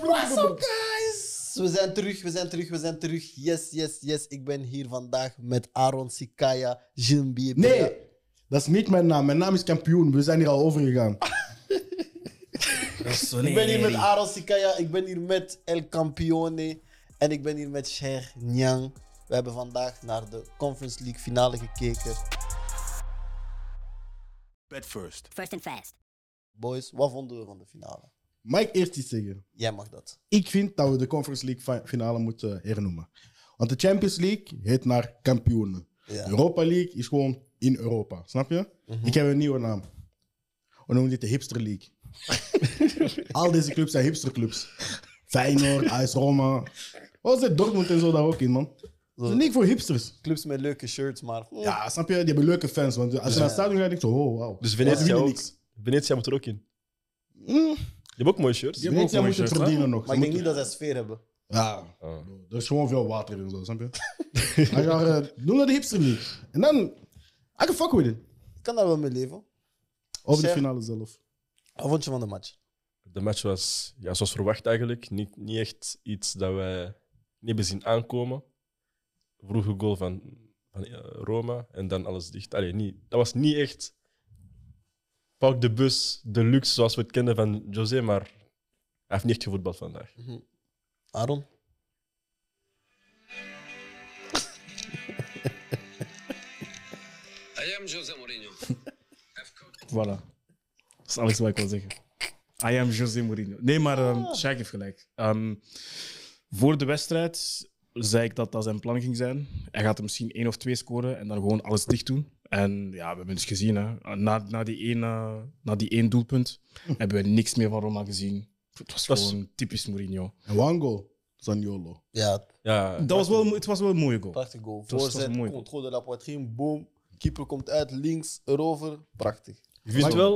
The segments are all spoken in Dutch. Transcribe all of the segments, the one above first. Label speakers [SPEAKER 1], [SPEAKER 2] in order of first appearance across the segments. [SPEAKER 1] What's up, guys? We zijn terug, we zijn terug, we zijn terug. Yes, yes, yes. Ik ben hier vandaag met Aaron Sikaya, Jim Bier.
[SPEAKER 2] Nee, dat is niet mijn naam. Mijn naam is kampioen. We zijn hier al over gegaan.
[SPEAKER 1] Ik ben hier met Aaron Sikaya, ik ben hier met El Campione en ik ben hier met Sher Nyang. We hebben vandaag naar de Conference League finale gekeken.
[SPEAKER 3] Bed first.
[SPEAKER 4] First and fast.
[SPEAKER 1] Boys, wat vonden we van de finale?
[SPEAKER 2] Mag ik eerst iets zeggen?
[SPEAKER 1] Jij mag dat.
[SPEAKER 2] Ik vind dat we de Conference League fi- finale moeten hernoemen. Want de Champions League heet naar kampioenen.
[SPEAKER 1] Ja.
[SPEAKER 2] Europa League is gewoon in Europa. Snap je? Ik heb een nieuwe naam. We noemen dit de Hipster League. al deze clubs zijn hipsterclubs. Feyenoord, AS Roma. Wat zit Dortmund en zo daar ook in, man? Dat is niet voor hipsters.
[SPEAKER 1] Clubs met leuke shirts, maar
[SPEAKER 2] Ja, snap je? Die hebben leuke fans. Want als je naar het stadion gaat, denk je, oh, wauw.
[SPEAKER 5] Dus
[SPEAKER 2] Ze
[SPEAKER 5] Venetia
[SPEAKER 2] winnen
[SPEAKER 5] ook.
[SPEAKER 2] niks.
[SPEAKER 5] Venetia moet er ook in.
[SPEAKER 2] Mm.
[SPEAKER 5] Je hebt ook mooie shirts.
[SPEAKER 2] Die Venetia moet het verdienen nog.
[SPEAKER 1] maar
[SPEAKER 2] Ze
[SPEAKER 1] ik denk
[SPEAKER 2] moeten-
[SPEAKER 1] niet dat zij sfeer hebben.
[SPEAKER 2] Ja,
[SPEAKER 5] Ah.
[SPEAKER 2] er is gewoon veel water in en zo, snap je? Hij gaat eh, doen dat de hipster niet. En dan, I can fuck with it.
[SPEAKER 1] Ik kan daar wel mee leven.
[SPEAKER 2] Over
[SPEAKER 1] Zeg.
[SPEAKER 2] de finale zelf.
[SPEAKER 1] Wat vond je van de match?
[SPEAKER 5] De match was ja, zoals verwacht eigenlijk. Niet, niet echt iets dat wij niet hebben zien aankomen. Vroege goal van, van eh, Roma en dan alles dicht. Allee, niet, dat was niet echt pak de bus, de luxe zoals we het kenden van José, maar hij heeft niet echt gevoetbald vandaag.
[SPEAKER 1] Aaron?
[SPEAKER 6] I am Jose Mourinho.
[SPEAKER 7] Voilà. Dat is alles wat ik wil zeggen. I am José Mourinho. Nee, maar ehm Shaq heeft gelijk. Ehm, voor de wedstrijd zei ik dat dat zijn plan ging zijn. Hij gaat er misschien één of twee scoren en dan gewoon alles dicht doen. En ja, we hebben dus gezien, hè. Na, na, die één, eh, na die één doelpunt hebben we niks meer van Roma gezien. Het was
[SPEAKER 5] Dat is-
[SPEAKER 7] gewoon typisch Mourinho.
[SPEAKER 2] En one goal, Zaniolo.
[SPEAKER 1] Ja,
[SPEAKER 5] Ja,
[SPEAKER 7] Dat was wel, het was wel een mooie goal.
[SPEAKER 1] prachtig goal.
[SPEAKER 7] was- het was
[SPEAKER 1] Voorzet,
[SPEAKER 7] mooi.
[SPEAKER 1] controle de la poitrine, boom. Keeper komt uit, links, erover. Prachtig.
[SPEAKER 5] Ik vind wel,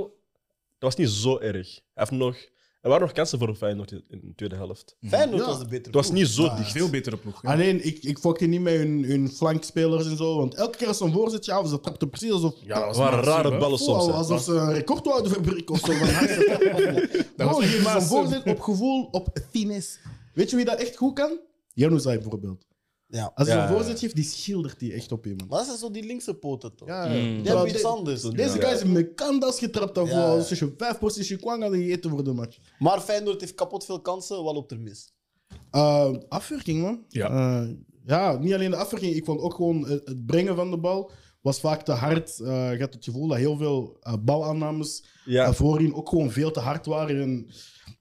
[SPEAKER 5] dat was niet zo erg. Hij heeft nog, er waren nog kansen voor Feyenoord in in de tweede helft.
[SPEAKER 1] Feyenoord
[SPEAKER 2] Ja.
[SPEAKER 1] was een betere
[SPEAKER 5] Het was
[SPEAKER 1] ploeg.
[SPEAKER 5] niet zo dicht.
[SPEAKER 7] Veel betere ploeg. ja.
[SPEAKER 2] Alleen, Ah, ik, ik fuckte niet met hun, hun flankspelers en zo. Want elke keer als ze een voorzetje af, ze trapten precies alsof...
[SPEAKER 7] Ja, dat
[SPEAKER 5] Het
[SPEAKER 7] was
[SPEAKER 5] waren
[SPEAKER 7] massief,
[SPEAKER 5] rare
[SPEAKER 7] hè.
[SPEAKER 5] ballen
[SPEAKER 2] Wow,
[SPEAKER 5] soms. hè.
[SPEAKER 2] alsof ze een record wouden verbreken of zo. Van harte.
[SPEAKER 7] Dat was
[SPEAKER 2] Bro, geef
[SPEAKER 7] echt
[SPEAKER 2] ze een
[SPEAKER 7] massief.
[SPEAKER 2] voorzet op gevoel, op finesse. Weet je wie dat echt goed kan? Januzaj bijvoorbeeld.
[SPEAKER 1] Ja.
[SPEAKER 2] Als hij
[SPEAKER 5] Ja.
[SPEAKER 2] een voorzet geeft, die schildert die echt op iemand.
[SPEAKER 1] Maar dat zijn zo die linkse poten toch?
[SPEAKER 2] Ja,
[SPEAKER 7] Mm.
[SPEAKER 1] Die hebben
[SPEAKER 2] de-
[SPEAKER 1] iets anders.
[SPEAKER 2] Deze guy is met kandas getrapt daarvoor.
[SPEAKER 1] Ja.
[SPEAKER 2] Als je vijf porties Chikwang hadden gegeten voor de match.
[SPEAKER 1] Maar Feyenoord heeft kapot veel kansen, wat loopt er mis?
[SPEAKER 2] Eh, afwerking, man.
[SPEAKER 7] Ja.
[SPEAKER 2] Eh, ja, niet alleen de afwerking. Ik vond ook gewoon het, het brengen van de bal was vaak te hard. Eh, je had het gevoel dat heel veel eh, balaannames
[SPEAKER 5] Ja.
[SPEAKER 2] eh, voorin ook gewoon veel te hard waren. En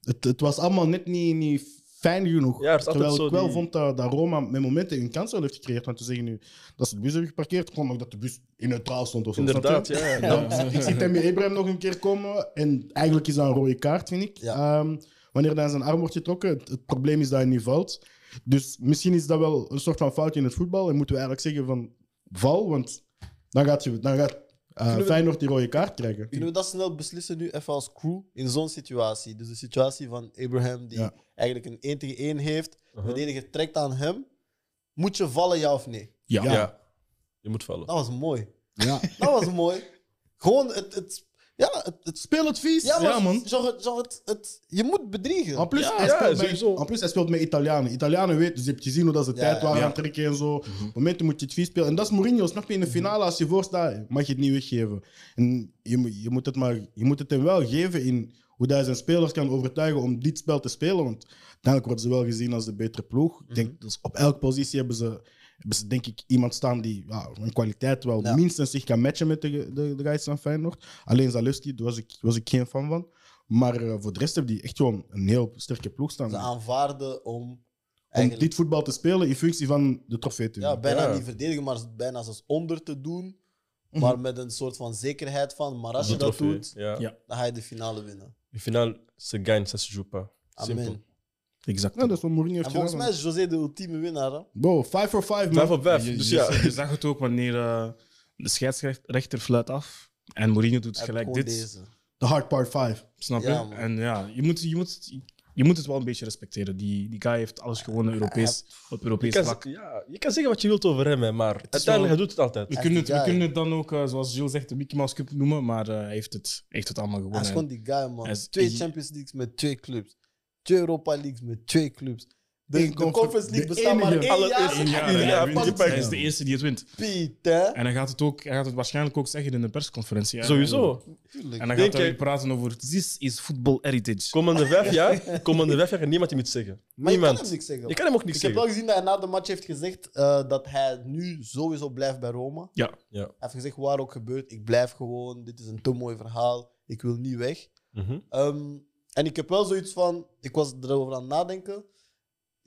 [SPEAKER 2] het, het was allemaal net niet, niet fijn genoeg.
[SPEAKER 5] Ja, er is altijd
[SPEAKER 2] Terwijl
[SPEAKER 5] zo
[SPEAKER 2] ik wel
[SPEAKER 5] die-
[SPEAKER 2] vond dat, dat Roma met momenten hun kans wel heeft gecreëerd. Want te zeggen nu dat ze de bus hebben geparkeerd, kon ook dat de bus in neutraal stond. Of zo, snap je?
[SPEAKER 5] Inderdaad, ja. ja.
[SPEAKER 2] Dan, ik zie Tammy Abraham nog een keer komen. En eigenlijk is dat een rode kaart, vind ik.
[SPEAKER 1] Ja.
[SPEAKER 2] Ehm, wanneer dan zijn arm wordt getrokken. Het, het probleem is dat hij niet valt. Dus misschien is dat wel een soort van fout in het voetbal. En moeten we eigenlijk zeggen van val. Want dan gaat, je, dan gaat eh, Feyenoord die rode kaart krijgen.
[SPEAKER 1] Kunnen we dat snel beslissen nu even als crew in zo'n situatie? Dus de situatie van Abraham die
[SPEAKER 2] Ja.
[SPEAKER 1] eigenlijk een 1 tegen 1 heeft.
[SPEAKER 2] Uh-huh.
[SPEAKER 1] De verdediger trekt aan hem. Moet je vallen, ja of nee?
[SPEAKER 7] Ja.
[SPEAKER 5] Ja.
[SPEAKER 7] Ja.
[SPEAKER 5] Je moet vallen.
[SPEAKER 1] Dat was mooi.
[SPEAKER 2] Ja.
[SPEAKER 1] Dat was mooi. Gewoon het... het ja, het, het
[SPEAKER 2] Speel het vies.
[SPEAKER 1] Ja, maar
[SPEAKER 7] man.
[SPEAKER 1] Genre, genre het, het- je moet bedriegen.
[SPEAKER 2] En plus,
[SPEAKER 5] Ja,
[SPEAKER 2] hij
[SPEAKER 5] ja,
[SPEAKER 2] speelt
[SPEAKER 5] sowieso.
[SPEAKER 2] met, en plus, hij speelt met Italianen. Italianen weten, dus je hebt gezien hoe dat ze
[SPEAKER 1] Ja,
[SPEAKER 2] tijd waren
[SPEAKER 7] ja.
[SPEAKER 2] aan het trekken en zo.
[SPEAKER 5] Mhm.
[SPEAKER 2] Op momenten moet je het vies spelen. En dat is Mourinho, snap je? In de finale, als je voorstaat, mag je het niet weggeven. En je, moet- je, moet het maar, je moet het hem wel geven in hoe hij zijn spelers kan overtuigen om dit spel te spelen. Want uiteindelijk worden ze wel gezien als de betere ploeg. Ik
[SPEAKER 1] Mhm.
[SPEAKER 2] denk, dus op elke positie hebben ze, hebben ze denk ik iemand staan die ja, hun kwaliteit wel
[SPEAKER 1] Ja.
[SPEAKER 2] minstens zich kan matchen met de, de, de guys van Feyenoord. Alleen Zaluski, daar was ik, was ik geen fan van. Maar eh, voor de rest hebben die echt gewoon een heel sterke ploeg staan.
[SPEAKER 1] Ze
[SPEAKER 2] Om
[SPEAKER 1] aanvaarden om... eigenlijk-
[SPEAKER 2] dit voetbal te spelen in functie van de trofee te
[SPEAKER 1] Ja,
[SPEAKER 2] winnen.
[SPEAKER 1] bijna
[SPEAKER 5] Ja.
[SPEAKER 1] niet verdedigen, maar bijna als onder te doen. Maar met een soort van zekerheid van, maar als je
[SPEAKER 5] De
[SPEAKER 1] dat
[SPEAKER 5] trofee,
[SPEAKER 1] doet,
[SPEAKER 5] Ja.
[SPEAKER 7] Ja.
[SPEAKER 1] dan ga je de finale winnen.
[SPEAKER 5] In finale, ze gagne, ze joue pas. Simpel.
[SPEAKER 1] Amen.
[SPEAKER 7] Exact.
[SPEAKER 2] Ja, dat is wat Mourinho heeft
[SPEAKER 1] En volgens mij
[SPEAKER 2] gedaan.
[SPEAKER 1] is José de ultieme winnaar. Hè?
[SPEAKER 2] Bro, 5 for 5, man.
[SPEAKER 5] Vijf op
[SPEAKER 7] Ja,
[SPEAKER 5] vijf.
[SPEAKER 7] Je,
[SPEAKER 5] Dus
[SPEAKER 7] je-
[SPEAKER 5] ja.
[SPEAKER 7] je zag het ook wanneer eh, de scheidsrechter fluit af. En Mourinho doet
[SPEAKER 1] Hij
[SPEAKER 7] gelijk
[SPEAKER 1] heeft
[SPEAKER 7] dit.
[SPEAKER 1] gewoon deze.
[SPEAKER 2] The hard part 5.
[SPEAKER 7] Snap je?
[SPEAKER 1] Ja, man.
[SPEAKER 7] en ja, je moet, je, moet, je moet het wel een beetje respecteren. Die, die guy heeft alles gewonnen Europees, op
[SPEAKER 5] Je
[SPEAKER 7] Europees
[SPEAKER 5] kan,
[SPEAKER 7] vlak.
[SPEAKER 5] ja, je kan zeggen wat je wilt over hem, hè, maar uiteindelijk hij doet het altijd.
[SPEAKER 7] We kunnen, het, we
[SPEAKER 1] guy.
[SPEAKER 7] kunnen het dan ook, eh, zoals Jules zegt, de Mickey Mouse Cup noemen. Maar eh, hij heeft het, heeft het allemaal
[SPEAKER 1] Hij
[SPEAKER 7] gewonnen.
[SPEAKER 1] is gewoon die guy,
[SPEAKER 7] Hij
[SPEAKER 1] man.
[SPEAKER 7] is-
[SPEAKER 1] Twee
[SPEAKER 7] je-
[SPEAKER 1] Champions Leagues met twee clubs. Twee Europa Leagues met twee clubs. De,
[SPEAKER 2] Eén
[SPEAKER 1] de
[SPEAKER 2] confer-
[SPEAKER 1] Conference League
[SPEAKER 2] de
[SPEAKER 1] bestaat maar
[SPEAKER 2] enige.
[SPEAKER 1] één jaar.
[SPEAKER 7] Eén jaar,
[SPEAKER 1] en
[SPEAKER 7] hè.
[SPEAKER 1] hij
[SPEAKER 5] Ja, wint
[SPEAKER 1] pakt
[SPEAKER 5] die
[SPEAKER 7] Hij is
[SPEAKER 5] pakt.
[SPEAKER 7] de eerste die het wint.
[SPEAKER 1] Piet, hè?
[SPEAKER 7] En hij gaat het, ook, hij gaat het waarschijnlijk ook zeggen in de persconferentie. hè.
[SPEAKER 5] Sowieso.
[SPEAKER 7] En dan
[SPEAKER 5] Denk
[SPEAKER 7] gaat hij
[SPEAKER 5] je-
[SPEAKER 7] praten over. This is football heritage.
[SPEAKER 5] Komende vijf jaar, komende vijf jaar niemand die moet zeggen.
[SPEAKER 1] Maar je kan hem
[SPEAKER 5] Niemand.
[SPEAKER 1] niks zeggen.
[SPEAKER 5] Je kan hem ook niks
[SPEAKER 1] Ik heb
[SPEAKER 5] zeggen.
[SPEAKER 1] wel gezien dat hij na de match heeft gezegd eh, dat hij nu sowieso blijft bij Roma. Hij
[SPEAKER 7] Ja,
[SPEAKER 1] heeft gezegd, waar ook gebeurt, ik blijf gewoon. Dit is een te mooi verhaal. Ik wil niet weg.
[SPEAKER 5] Mhm.
[SPEAKER 1] Ehm, en ik heb wel zoiets van, ik was erover aan het nadenken.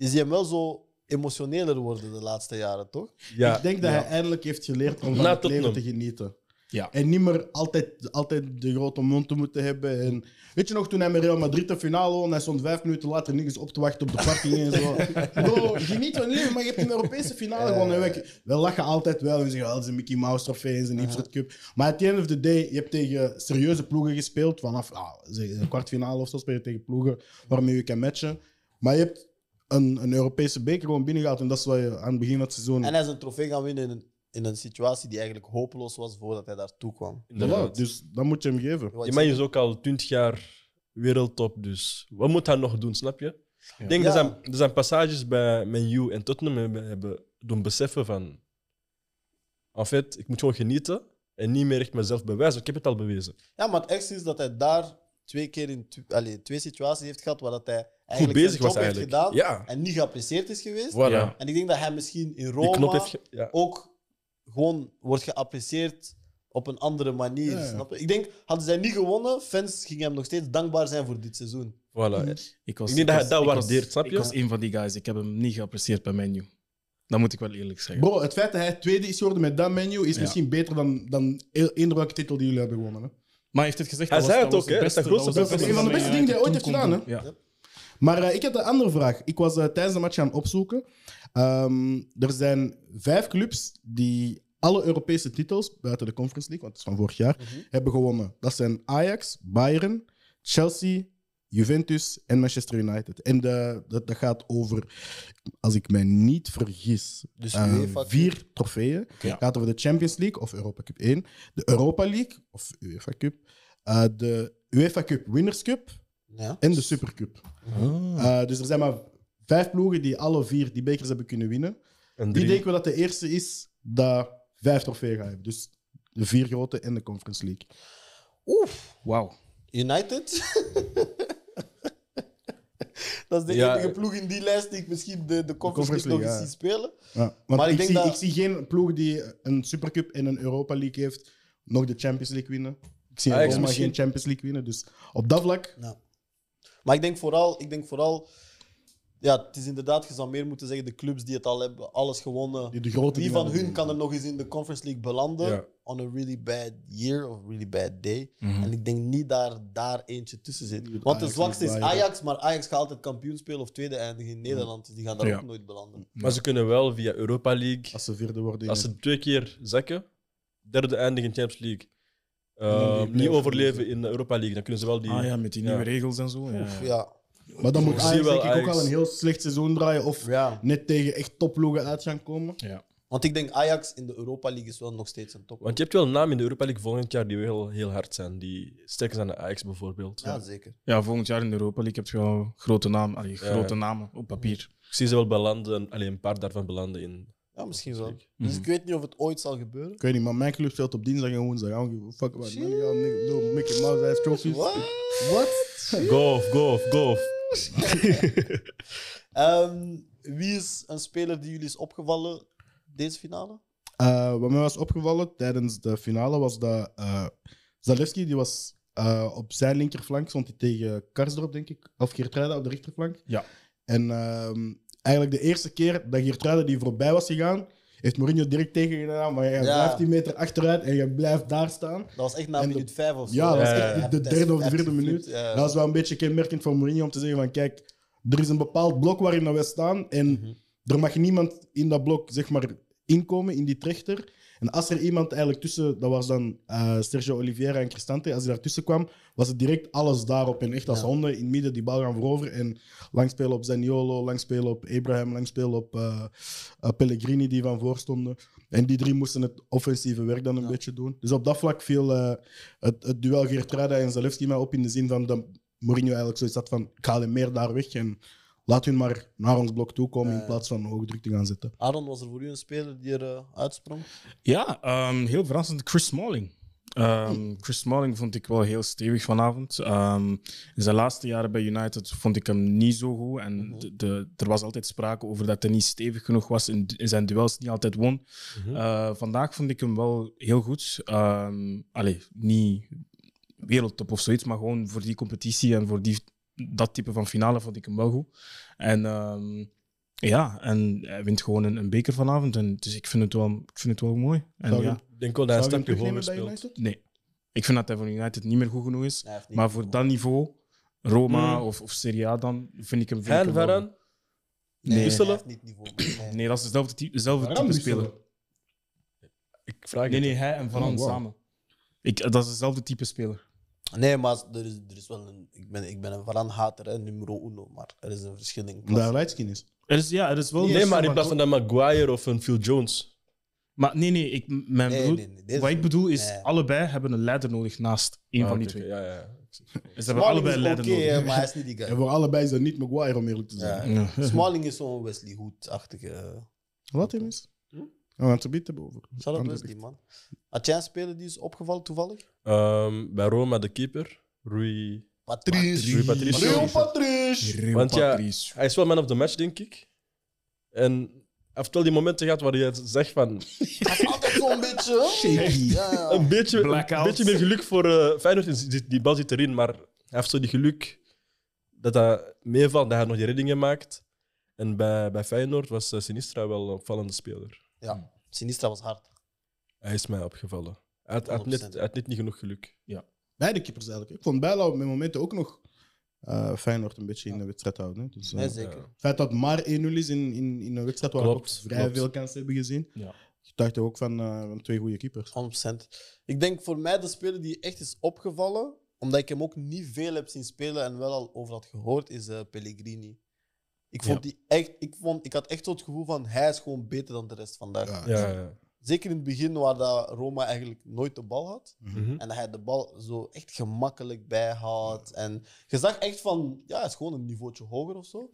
[SPEAKER 1] Je ziet hem wel zo emotioneler worden de laatste jaren, toch?
[SPEAKER 5] Ja.
[SPEAKER 2] Ik denk dat hij eindelijk heeft geleerd om van
[SPEAKER 5] Na
[SPEAKER 2] het leven
[SPEAKER 5] Tottenham.
[SPEAKER 2] te genieten.
[SPEAKER 7] Ja.
[SPEAKER 2] En niet meer altijd, altijd de grote mond te moeten hebben. En weet je nog, toen hij met Real Madrid de finale won, hij stond vijf minuten later niks op te wachten op de parking en zo. Bro, geniet van het leven, maar je hebt een Europese finale gewonnen. Wij- We lachen altijd wel en zeggen, oh, dat is een Mickey Mouse trofee, dat is een Hipster Cup. Maar at the end of the day, je hebt tegen serieuze ploegen gespeeld. Vanaf ah, zeg, een kwartfinale of zo speel je tegen ploegen waarmee je kan matchen. Maar je hebt een, een Europese beker gewoon binnengehaald. En dat is wat je aan het begin van het seizoen...
[SPEAKER 1] En hij is een trofee gaan winnen in een, in een situatie die eigenlijk hopeloos was voordat hij daartoe kwam.
[SPEAKER 5] Inderdaad.
[SPEAKER 2] Voilà, dus dat moet je hem geven.
[SPEAKER 1] Wat
[SPEAKER 5] Die
[SPEAKER 1] ik
[SPEAKER 5] man
[SPEAKER 1] zeg-
[SPEAKER 5] is ook al 20 jaar wereldtop, dus wat moet hij nog doen, snap je? Ik denk,
[SPEAKER 1] Ja.
[SPEAKER 5] er, zijn, er zijn passages bij Man U en Tottenham hebben, hebben doen beseffen van... En fait, ik moet gewoon genieten en niet meer echt mezelf bewijzen. Ik heb het al bewezen.
[SPEAKER 1] Ja, maar het ergste is dat hij daar twee keer in tw- allee, twee situaties heeft gehad waar dat hij
[SPEAKER 5] Goed
[SPEAKER 1] eigenlijk
[SPEAKER 5] bezig
[SPEAKER 1] zijn job
[SPEAKER 5] was
[SPEAKER 1] heeft
[SPEAKER 5] eigenlijk.
[SPEAKER 1] gedaan
[SPEAKER 5] Ja,
[SPEAKER 1] en niet geapprecieerd is geweest.
[SPEAKER 5] voilà.
[SPEAKER 7] Ja.
[SPEAKER 1] En ik denk dat hij misschien in
[SPEAKER 5] Die knop
[SPEAKER 1] Roma
[SPEAKER 5] heeft... ge- Ja.
[SPEAKER 1] ook gewoon wordt geapprecieerd op een andere manier.
[SPEAKER 2] Ja, ja.
[SPEAKER 1] Snap je? Ik denk, hadden zij niet gewonnen, fans gingen hem nog steeds dankbaar zijn voor dit seizoen.
[SPEAKER 5] Voilà.
[SPEAKER 7] ik, was,
[SPEAKER 5] Ik denk dat hij
[SPEAKER 7] was-
[SPEAKER 5] dat
[SPEAKER 7] was-
[SPEAKER 5] waardeert, snap je?
[SPEAKER 7] Ik was een van die guys. Ik heb hem niet geapprecieerd bij menu. Dat moet ik wel eerlijk zeggen.
[SPEAKER 2] Bro, het feit dat hij tweede is geworden met dat menu is
[SPEAKER 7] Ja.
[SPEAKER 2] misschien beter dan, dan e- eender welke titel die jullie hebben gewonnen. Hè?
[SPEAKER 7] Maar hij heeft het gezegd.
[SPEAKER 5] Hij
[SPEAKER 7] dat
[SPEAKER 5] zei het
[SPEAKER 7] was- dat
[SPEAKER 5] ook,
[SPEAKER 7] was
[SPEAKER 5] hè.
[SPEAKER 7] de
[SPEAKER 5] Dat is de
[SPEAKER 7] beste- dat
[SPEAKER 5] grootste-
[SPEAKER 7] was de
[SPEAKER 5] Een van de
[SPEAKER 2] beste dingen die hij ooit heeft
[SPEAKER 7] toen
[SPEAKER 2] gedaan,
[SPEAKER 7] kon doen. Ja.
[SPEAKER 2] Maar eh, ik had een andere vraag. Ik was eh, tijdens de match gaan opzoeken. Ehm, er zijn vijf clubs die alle Europese titels buiten de Conference League, want het is van vorig jaar,
[SPEAKER 1] Mhm.
[SPEAKER 2] hebben gewonnen. Dat zijn Ajax, Bayern, Chelsea, Juventus en Manchester United. En de, dat, dat gaat over, als ik mij niet vergis,
[SPEAKER 1] Dus
[SPEAKER 2] eh,
[SPEAKER 1] UEFA Cup.
[SPEAKER 2] vier trofeeën.
[SPEAKER 7] Ja.
[SPEAKER 2] Het gaat over de Champions League of Europa Cup 1, de Europa League of UEFA Cup, eh, de UEFA Cup Winners Cup
[SPEAKER 1] Ja.
[SPEAKER 2] en de Super Cup.
[SPEAKER 5] Ah.
[SPEAKER 2] Eh, dus er zijn maar vijf ploegen die alle vier die bekers hebben kunnen winnen.
[SPEAKER 5] En
[SPEAKER 2] Die
[SPEAKER 5] drie.
[SPEAKER 2] denken we dat de eerste is dat vijf trofeeën gaat hebben. Dus de vier grote en de Conference League.
[SPEAKER 1] Oef,
[SPEAKER 7] Wauw.
[SPEAKER 1] United. Dat is de
[SPEAKER 5] Ja. eh,
[SPEAKER 1] enige ploeg in die lijst die ik misschien de, de conference
[SPEAKER 2] Conference
[SPEAKER 1] League nog
[SPEAKER 2] League,
[SPEAKER 1] eens
[SPEAKER 2] ja.
[SPEAKER 1] zie spelen.
[SPEAKER 2] Ja, want
[SPEAKER 1] Maar ik
[SPEAKER 2] ik,
[SPEAKER 1] denk
[SPEAKER 2] zie,
[SPEAKER 1] dat-
[SPEAKER 2] ik zie geen ploeg die een Supercup en een Europa League heeft, nog de Champions League winnen. Ik zie
[SPEAKER 5] Ajax
[SPEAKER 2] Roma
[SPEAKER 5] Ah, misschien.
[SPEAKER 2] geen Champions League winnen. Dus op dat vlak
[SPEAKER 1] Ja. Maar ik denk vooral, ik denk vooral ja, het is inderdaad, je zou meer moeten zeggen, de clubs die het al hebben, alles gewonnen.
[SPEAKER 2] die de grote
[SPEAKER 1] Wie
[SPEAKER 2] die
[SPEAKER 1] van
[SPEAKER 2] hebben
[SPEAKER 1] hun kan er
[SPEAKER 2] gewonnen.
[SPEAKER 1] nog eens in de Conference League belanden
[SPEAKER 5] Ja.
[SPEAKER 1] on a really bad year of really bad day?
[SPEAKER 7] Mhm.
[SPEAKER 1] En ik denk niet daar, daar eentje tussen zit.
[SPEAKER 2] Doet
[SPEAKER 1] Want de
[SPEAKER 2] Ajax
[SPEAKER 1] zwakste
[SPEAKER 2] niet
[SPEAKER 1] is
[SPEAKER 2] Bayern. Mhm.
[SPEAKER 1] Ajax, maar Ajax gaat altijd kampioen spelen of tweede eindigen in Nederland. Dus die gaan daar
[SPEAKER 7] Ja.
[SPEAKER 1] ook nooit belanden.
[SPEAKER 5] Maar ze kunnen wel via Europa League
[SPEAKER 2] Als ze vierde worden.
[SPEAKER 5] Als
[SPEAKER 2] in-
[SPEAKER 5] ze twee keer zakken, derde eindigen in Champions League,
[SPEAKER 2] die
[SPEAKER 5] eh, niet
[SPEAKER 2] play-off
[SPEAKER 5] overleven in de Europa League, dan kunnen ze wel die.
[SPEAKER 7] Ah ja, met die nieuwe
[SPEAKER 5] Ja.
[SPEAKER 7] regels en zo. Ja.
[SPEAKER 1] Oef, ja.
[SPEAKER 2] Maar dan moet
[SPEAKER 5] Ik
[SPEAKER 2] Ajax
[SPEAKER 5] zie wel
[SPEAKER 2] denk ik ook
[SPEAKER 5] Ajax.
[SPEAKER 2] al een heel slecht seizoen draaien. Of
[SPEAKER 1] ja.
[SPEAKER 2] net tegen echt topploegen uit gaan komen.
[SPEAKER 7] Ja.
[SPEAKER 1] Want ik denk Ajax in de Europa League is wel nog steeds een top.
[SPEAKER 5] Want je hebt wel namen in de Europa League volgend jaar die wel heel hard zijn. Die sterker zijn dan Ajax bijvoorbeeld.
[SPEAKER 1] Ja, zeker.
[SPEAKER 7] Ja, volgend jaar in de Europa League heb je wel grote namen, allee,
[SPEAKER 5] Ja.
[SPEAKER 7] grote namen op papier.
[SPEAKER 5] Ik zie ze wel belanden, alleen een paar daarvan belanden in.
[SPEAKER 1] Ja, misschien wel.
[SPEAKER 5] Zeker.
[SPEAKER 1] Dus
[SPEAKER 7] Mhm.
[SPEAKER 1] ik weet niet of het ooit zal gebeuren.
[SPEAKER 2] Ik weet niet, maar mijn club speelt op dinsdag en woensdag. I don't give a fuck about none of y'all niggas. Little Mickey Mouse ass trophies.
[SPEAKER 1] What?
[SPEAKER 2] What?
[SPEAKER 5] Golf, golf, golf.
[SPEAKER 1] Ehm, wie is een speler die jullie is opgevallen deze finale?
[SPEAKER 2] Eh, wat mij was opgevallen tijdens de finale was dat eh Zalewski, die was eh, op zijn linkerflank, stond hij tegen Karsdorp, denk ik. Of Geertruida op de rechterflank.
[SPEAKER 7] Ja.
[SPEAKER 2] En ehm, eigenlijk de eerste keer dat Geertruida die voorbij was gegaan, heeft Mourinho direct tegengedaan. Maar jij
[SPEAKER 1] Ja.
[SPEAKER 2] blijft 10 meter achteruit en je blijft daar staan.
[SPEAKER 1] Dat was echt na
[SPEAKER 2] En de-
[SPEAKER 1] minuut 5 of zo.
[SPEAKER 2] Ja, dat was
[SPEAKER 5] Ja, ja,
[SPEAKER 2] echt
[SPEAKER 1] ja.
[SPEAKER 2] de derde of de vierde minuut.
[SPEAKER 1] Ja.
[SPEAKER 2] Dat is wel een beetje kenmerkend voor Mourinho om te zeggen van kijk, er is een bepaald blok waarin dat wij staan en
[SPEAKER 1] Mhm.
[SPEAKER 2] er mag niemand in dat blok zeg maar inkomen, in die trechter. En als er iemand eigenlijk tussen, dat was dan eh, Sergio Oliveira en Cristante, als hij daartussen kwam, was het direct alles daarop. En echt als
[SPEAKER 1] Ja.
[SPEAKER 2] honden in het midden die bal gaan veroveren en lang spelen op Zaniolo, lang spelen op Abraham, lang spelen op eh, eh, Pellegrini die van voor stonden. En die drie moesten het offensieve werk dan een
[SPEAKER 1] Ja.
[SPEAKER 2] beetje doen. Dus op dat vlak viel eh, het, het duel Geertruida en Zalewski mij op in de zin van de, Mourinho eigenlijk zoiets had van, ik haal hem meer daar weg en laat hun maar naar ons blok toekomen
[SPEAKER 1] Ja,
[SPEAKER 2] in
[SPEAKER 1] ja.
[SPEAKER 2] plaats van hoog druk te gaan zetten.
[SPEAKER 1] Aaron, was er voor u een speler die er eh, uitsprong?
[SPEAKER 7] Ja, ehm, heel verrassend. Chris Smalling. Ehm, Chris Smalling vond ik wel heel stevig vanavond. Ehm, in zijn laatste jaren bij United vond ik hem niet zo goed. En
[SPEAKER 2] Mhm.
[SPEAKER 7] de, de- er was altijd sprake over dat hij niet stevig genoeg was in, in zijn duels, niet altijd won.
[SPEAKER 2] Mhm.
[SPEAKER 7] Eh, vandaag vond ik hem wel heel goed. Ehm allee, niet wereldtop of zoiets, maar gewoon voor die competitie en voor die, dat type van finale vond ik hem wel goed. En ehm, ja, en hij wint gewoon een, een beker vanavond. En, dus ik vind het wel, ik vind het wel mooi. En,
[SPEAKER 2] Zou je-
[SPEAKER 7] ja.
[SPEAKER 5] Ik denk wel dat hij een
[SPEAKER 2] Zou je hem
[SPEAKER 5] stapje
[SPEAKER 2] terugnemen
[SPEAKER 5] hoger
[SPEAKER 2] bij
[SPEAKER 5] speelt.
[SPEAKER 2] United?
[SPEAKER 7] Nee. Ik vind dat hij voor United niet meer goed genoeg is.
[SPEAKER 1] Hij heeft niet
[SPEAKER 7] maar voor
[SPEAKER 1] gewonnen.
[SPEAKER 7] dat niveau, Roma
[SPEAKER 5] Mm.
[SPEAKER 7] of, of Serie A dan, vind ik hem... Vind ik
[SPEAKER 5] En
[SPEAKER 7] hem wel
[SPEAKER 5] Varane?
[SPEAKER 1] nee, nee,
[SPEAKER 5] wisselen?
[SPEAKER 1] hij heeft niet niveau. Nee.
[SPEAKER 7] goed. Nee, dat is dezelfde type, dezelfde
[SPEAKER 2] Waarom
[SPEAKER 7] type
[SPEAKER 2] niet
[SPEAKER 7] speler.
[SPEAKER 2] zo?
[SPEAKER 5] Ik vraag
[SPEAKER 7] Nee,
[SPEAKER 5] het.
[SPEAKER 7] nee, hij en Varane
[SPEAKER 2] Oh, wow.
[SPEAKER 7] samen. Ik, dat is dezelfde type speler.
[SPEAKER 1] Nee, maar er is, er is wel een. Ik ben, ik ben een Varaan-hater, hè, numero uno, maar er is een verschil in
[SPEAKER 2] Omdat hij
[SPEAKER 1] klasse.
[SPEAKER 2] Leidskin is.
[SPEAKER 7] Er is, ja, er is wel...
[SPEAKER 5] Nee,
[SPEAKER 7] er is
[SPEAKER 5] maar in
[SPEAKER 7] wel-
[SPEAKER 5] plaats van een Maguire of een Phil Jones.
[SPEAKER 7] Maar nee, nee, ik, m- mijn
[SPEAKER 1] Nee,
[SPEAKER 7] bedoel-
[SPEAKER 1] nee, nee, deze-
[SPEAKER 7] wat ik bedoel is,
[SPEAKER 1] nee.
[SPEAKER 7] allebei hebben een leider nodig naast één
[SPEAKER 5] Ah,
[SPEAKER 7] van die
[SPEAKER 5] oké,
[SPEAKER 7] twee.
[SPEAKER 5] oké, Ja, ja.
[SPEAKER 7] Ze hebben allebei een leider
[SPEAKER 1] Smalling is oké, hè,
[SPEAKER 7] nodig.
[SPEAKER 1] maar hij is niet die
[SPEAKER 2] En
[SPEAKER 1] guy.
[SPEAKER 2] voor allebei is dat niet Maguire, om eerlijk te zijn.
[SPEAKER 1] Ja. Smalling is zo'n Wesley Hood-achtige. eh,
[SPEAKER 2] Wat Oh, hem is?
[SPEAKER 1] Hm?
[SPEAKER 2] We gaan het er hebben over.
[SPEAKER 1] Zou dat
[SPEAKER 2] Andere-
[SPEAKER 1] Wesley, man? Had jij een speler die is opgevallen toevallig?
[SPEAKER 5] ja. Ehm, bij Roma de keeper, Rui.
[SPEAKER 1] Patrice.
[SPEAKER 5] Rui Patricio.
[SPEAKER 1] Leo Patrice.
[SPEAKER 5] Want ja-
[SPEAKER 7] Patrice.
[SPEAKER 5] Hij is wel man of the match, denk ik. En hij heeft wel die momenten gehad waar hij zegt van...
[SPEAKER 1] Hij is altijd zo'n beetje. hè? Ja, ja.
[SPEAKER 5] Een beetje, een
[SPEAKER 7] Blackout.
[SPEAKER 5] beetje meer geluk voor eh Feyenoord. is- Die, die bal zit erin, maar hij heeft zo die geluk dat hij meevalt, dat hij nog die reddingen maakt. En bij, bij Feyenoord was eh, Sinistra wel een opvallende speler.
[SPEAKER 1] Ja, Sinistra was hard.
[SPEAKER 5] Hij is mij opgevallen. Hij had, hij had net,
[SPEAKER 1] 100%.
[SPEAKER 5] hij had net niet genoeg geluk.
[SPEAKER 2] Beide keepers eigenlijk. Ik vond Bijla op mijn momenten ook nog eh Feyenoord een beetje in de wedstrijd houden. Hè. Dus, eh,
[SPEAKER 1] Nee, zeker.
[SPEAKER 5] ja.
[SPEAKER 2] Het feit dat het maar 1-0 is in, in, in een wedstrijd waar
[SPEAKER 5] Klopt,
[SPEAKER 2] we ook vrij
[SPEAKER 5] klopt.
[SPEAKER 2] veel kansen hebben gezien.
[SPEAKER 7] Ja.
[SPEAKER 2] Ik dacht ook van, eh, van twee goede keepers.
[SPEAKER 1] 100%. Ik denk voor mij de speler die echt is opgevallen, omdat ik hem ook niet veel heb zien spelen en wel al over had gehoord, is eh, Pellegrini. Ik vond die echt, ik, vond, ik had echt zo het gevoel van hij is gewoon beter dan de rest vandaag.
[SPEAKER 2] Ja.
[SPEAKER 5] Ja, ja.
[SPEAKER 1] Zeker in het begin waar dat Roma eigenlijk nooit de bal had.
[SPEAKER 2] Hm?
[SPEAKER 5] Mhm.
[SPEAKER 1] En dat hij de bal zo echt gemakkelijk bijhoudt. En je zag echt van, ja, hij is gewoon een niveautje hoger of zo.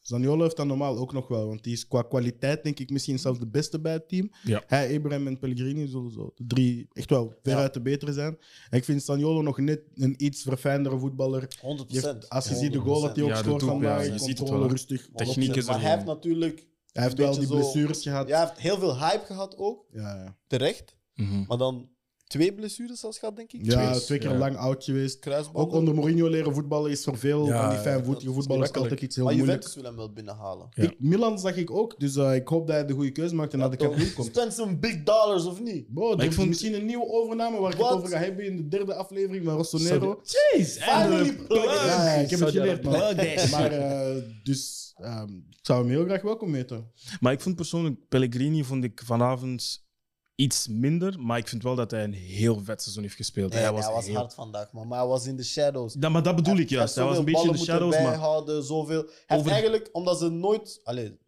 [SPEAKER 2] Zaniolo heeft dat normaal ook nog wel, want die is qua kwaliteit denk ik misschien zelfs de beste bij het team.
[SPEAKER 7] Ja.
[SPEAKER 2] Hij, Abraham en Pellegrini zullen zo de drie echt wel veruit de betere zijn. En ik vind Zaniolo nog net een iets verfijndere voetballer.
[SPEAKER 1] 100%.
[SPEAKER 2] Die heeft- als je ziet de goal dat hij ook
[SPEAKER 7] Ja, dat
[SPEAKER 2] scoort
[SPEAKER 7] doet,
[SPEAKER 2] vandaag,
[SPEAKER 1] ja, je
[SPEAKER 7] ziet het
[SPEAKER 2] controle
[SPEAKER 7] wel.
[SPEAKER 2] rustig.
[SPEAKER 1] 100%.
[SPEAKER 7] Techniek is er
[SPEAKER 1] Maar hij
[SPEAKER 7] gewoon.
[SPEAKER 1] heeft natuurlijk
[SPEAKER 2] Hij heeft
[SPEAKER 1] Een
[SPEAKER 2] wel die
[SPEAKER 1] beetje zo-
[SPEAKER 2] blessures gehad.
[SPEAKER 1] ja, hij heeft heel veel hype gehad ook,
[SPEAKER 2] ja. ja.
[SPEAKER 1] terecht.
[SPEAKER 7] Mhm.
[SPEAKER 1] Maar dan twee blessures als gehad, denk ik.
[SPEAKER 2] Ja,
[SPEAKER 5] Twee.
[SPEAKER 2] twee keer
[SPEAKER 5] Ja.
[SPEAKER 2] lang oud geweest.
[SPEAKER 1] Kruisbanden.
[SPEAKER 2] Ook onder Mourinho leren voetballen is voor veel
[SPEAKER 5] Ja,
[SPEAKER 2] van die
[SPEAKER 5] ja,
[SPEAKER 1] dat
[SPEAKER 2] fijnvoetige
[SPEAKER 1] is
[SPEAKER 2] voetballers
[SPEAKER 5] makkelijk.
[SPEAKER 2] altijd iets heel
[SPEAKER 1] maar
[SPEAKER 2] moeilijk.
[SPEAKER 1] Juventus wil hem wel binnenhalen.
[SPEAKER 7] Ja.
[SPEAKER 2] Ik- Milan zag ik ook, dus eh, ik hoop dat hij de goede keuze maakt en dat de kampioen komt.
[SPEAKER 1] Spend some big dollars of niet?
[SPEAKER 2] Bro,
[SPEAKER 7] Maar
[SPEAKER 2] er
[SPEAKER 7] ik
[SPEAKER 2] is
[SPEAKER 7] vond-
[SPEAKER 2] misschien een nieuwe overname waar ik
[SPEAKER 1] Wat?
[SPEAKER 2] het over ga hebben in de derde aflevering van Ah,
[SPEAKER 5] Sorry.
[SPEAKER 2] Rossonero.
[SPEAKER 7] Jeez,
[SPEAKER 1] Finally
[SPEAKER 7] eindelijk.
[SPEAKER 1] plug
[SPEAKER 2] Ja,
[SPEAKER 1] it.
[SPEAKER 2] ja, ik heb het
[SPEAKER 5] Saudi
[SPEAKER 2] geleerd, man.
[SPEAKER 7] Arabië.
[SPEAKER 2] Maar, eh, dus ehm, ik zou hem heel graag welkom heten.
[SPEAKER 7] Maar ik vond persoonlijk Pellegrini vond ik vanavond iets minder. Maar ik vind wel dat hij een heel vet seizoen heeft gespeeld.
[SPEAKER 1] Nee,
[SPEAKER 7] hij was, heel...
[SPEAKER 1] hard vandaag, man. Maar hij was in de shadows.
[SPEAKER 7] Ja, maar dat bedoel ik
[SPEAKER 1] Hij heeft
[SPEAKER 7] juist. Hij was een
[SPEAKER 1] zoveel
[SPEAKER 7] beetje in de
[SPEAKER 1] ballen moeten
[SPEAKER 7] shadows. Maar...
[SPEAKER 1] Bijhouden, zoveel. Hij heeft
[SPEAKER 7] Over-
[SPEAKER 1] eigenlijk, omdat ze nooit... Allee,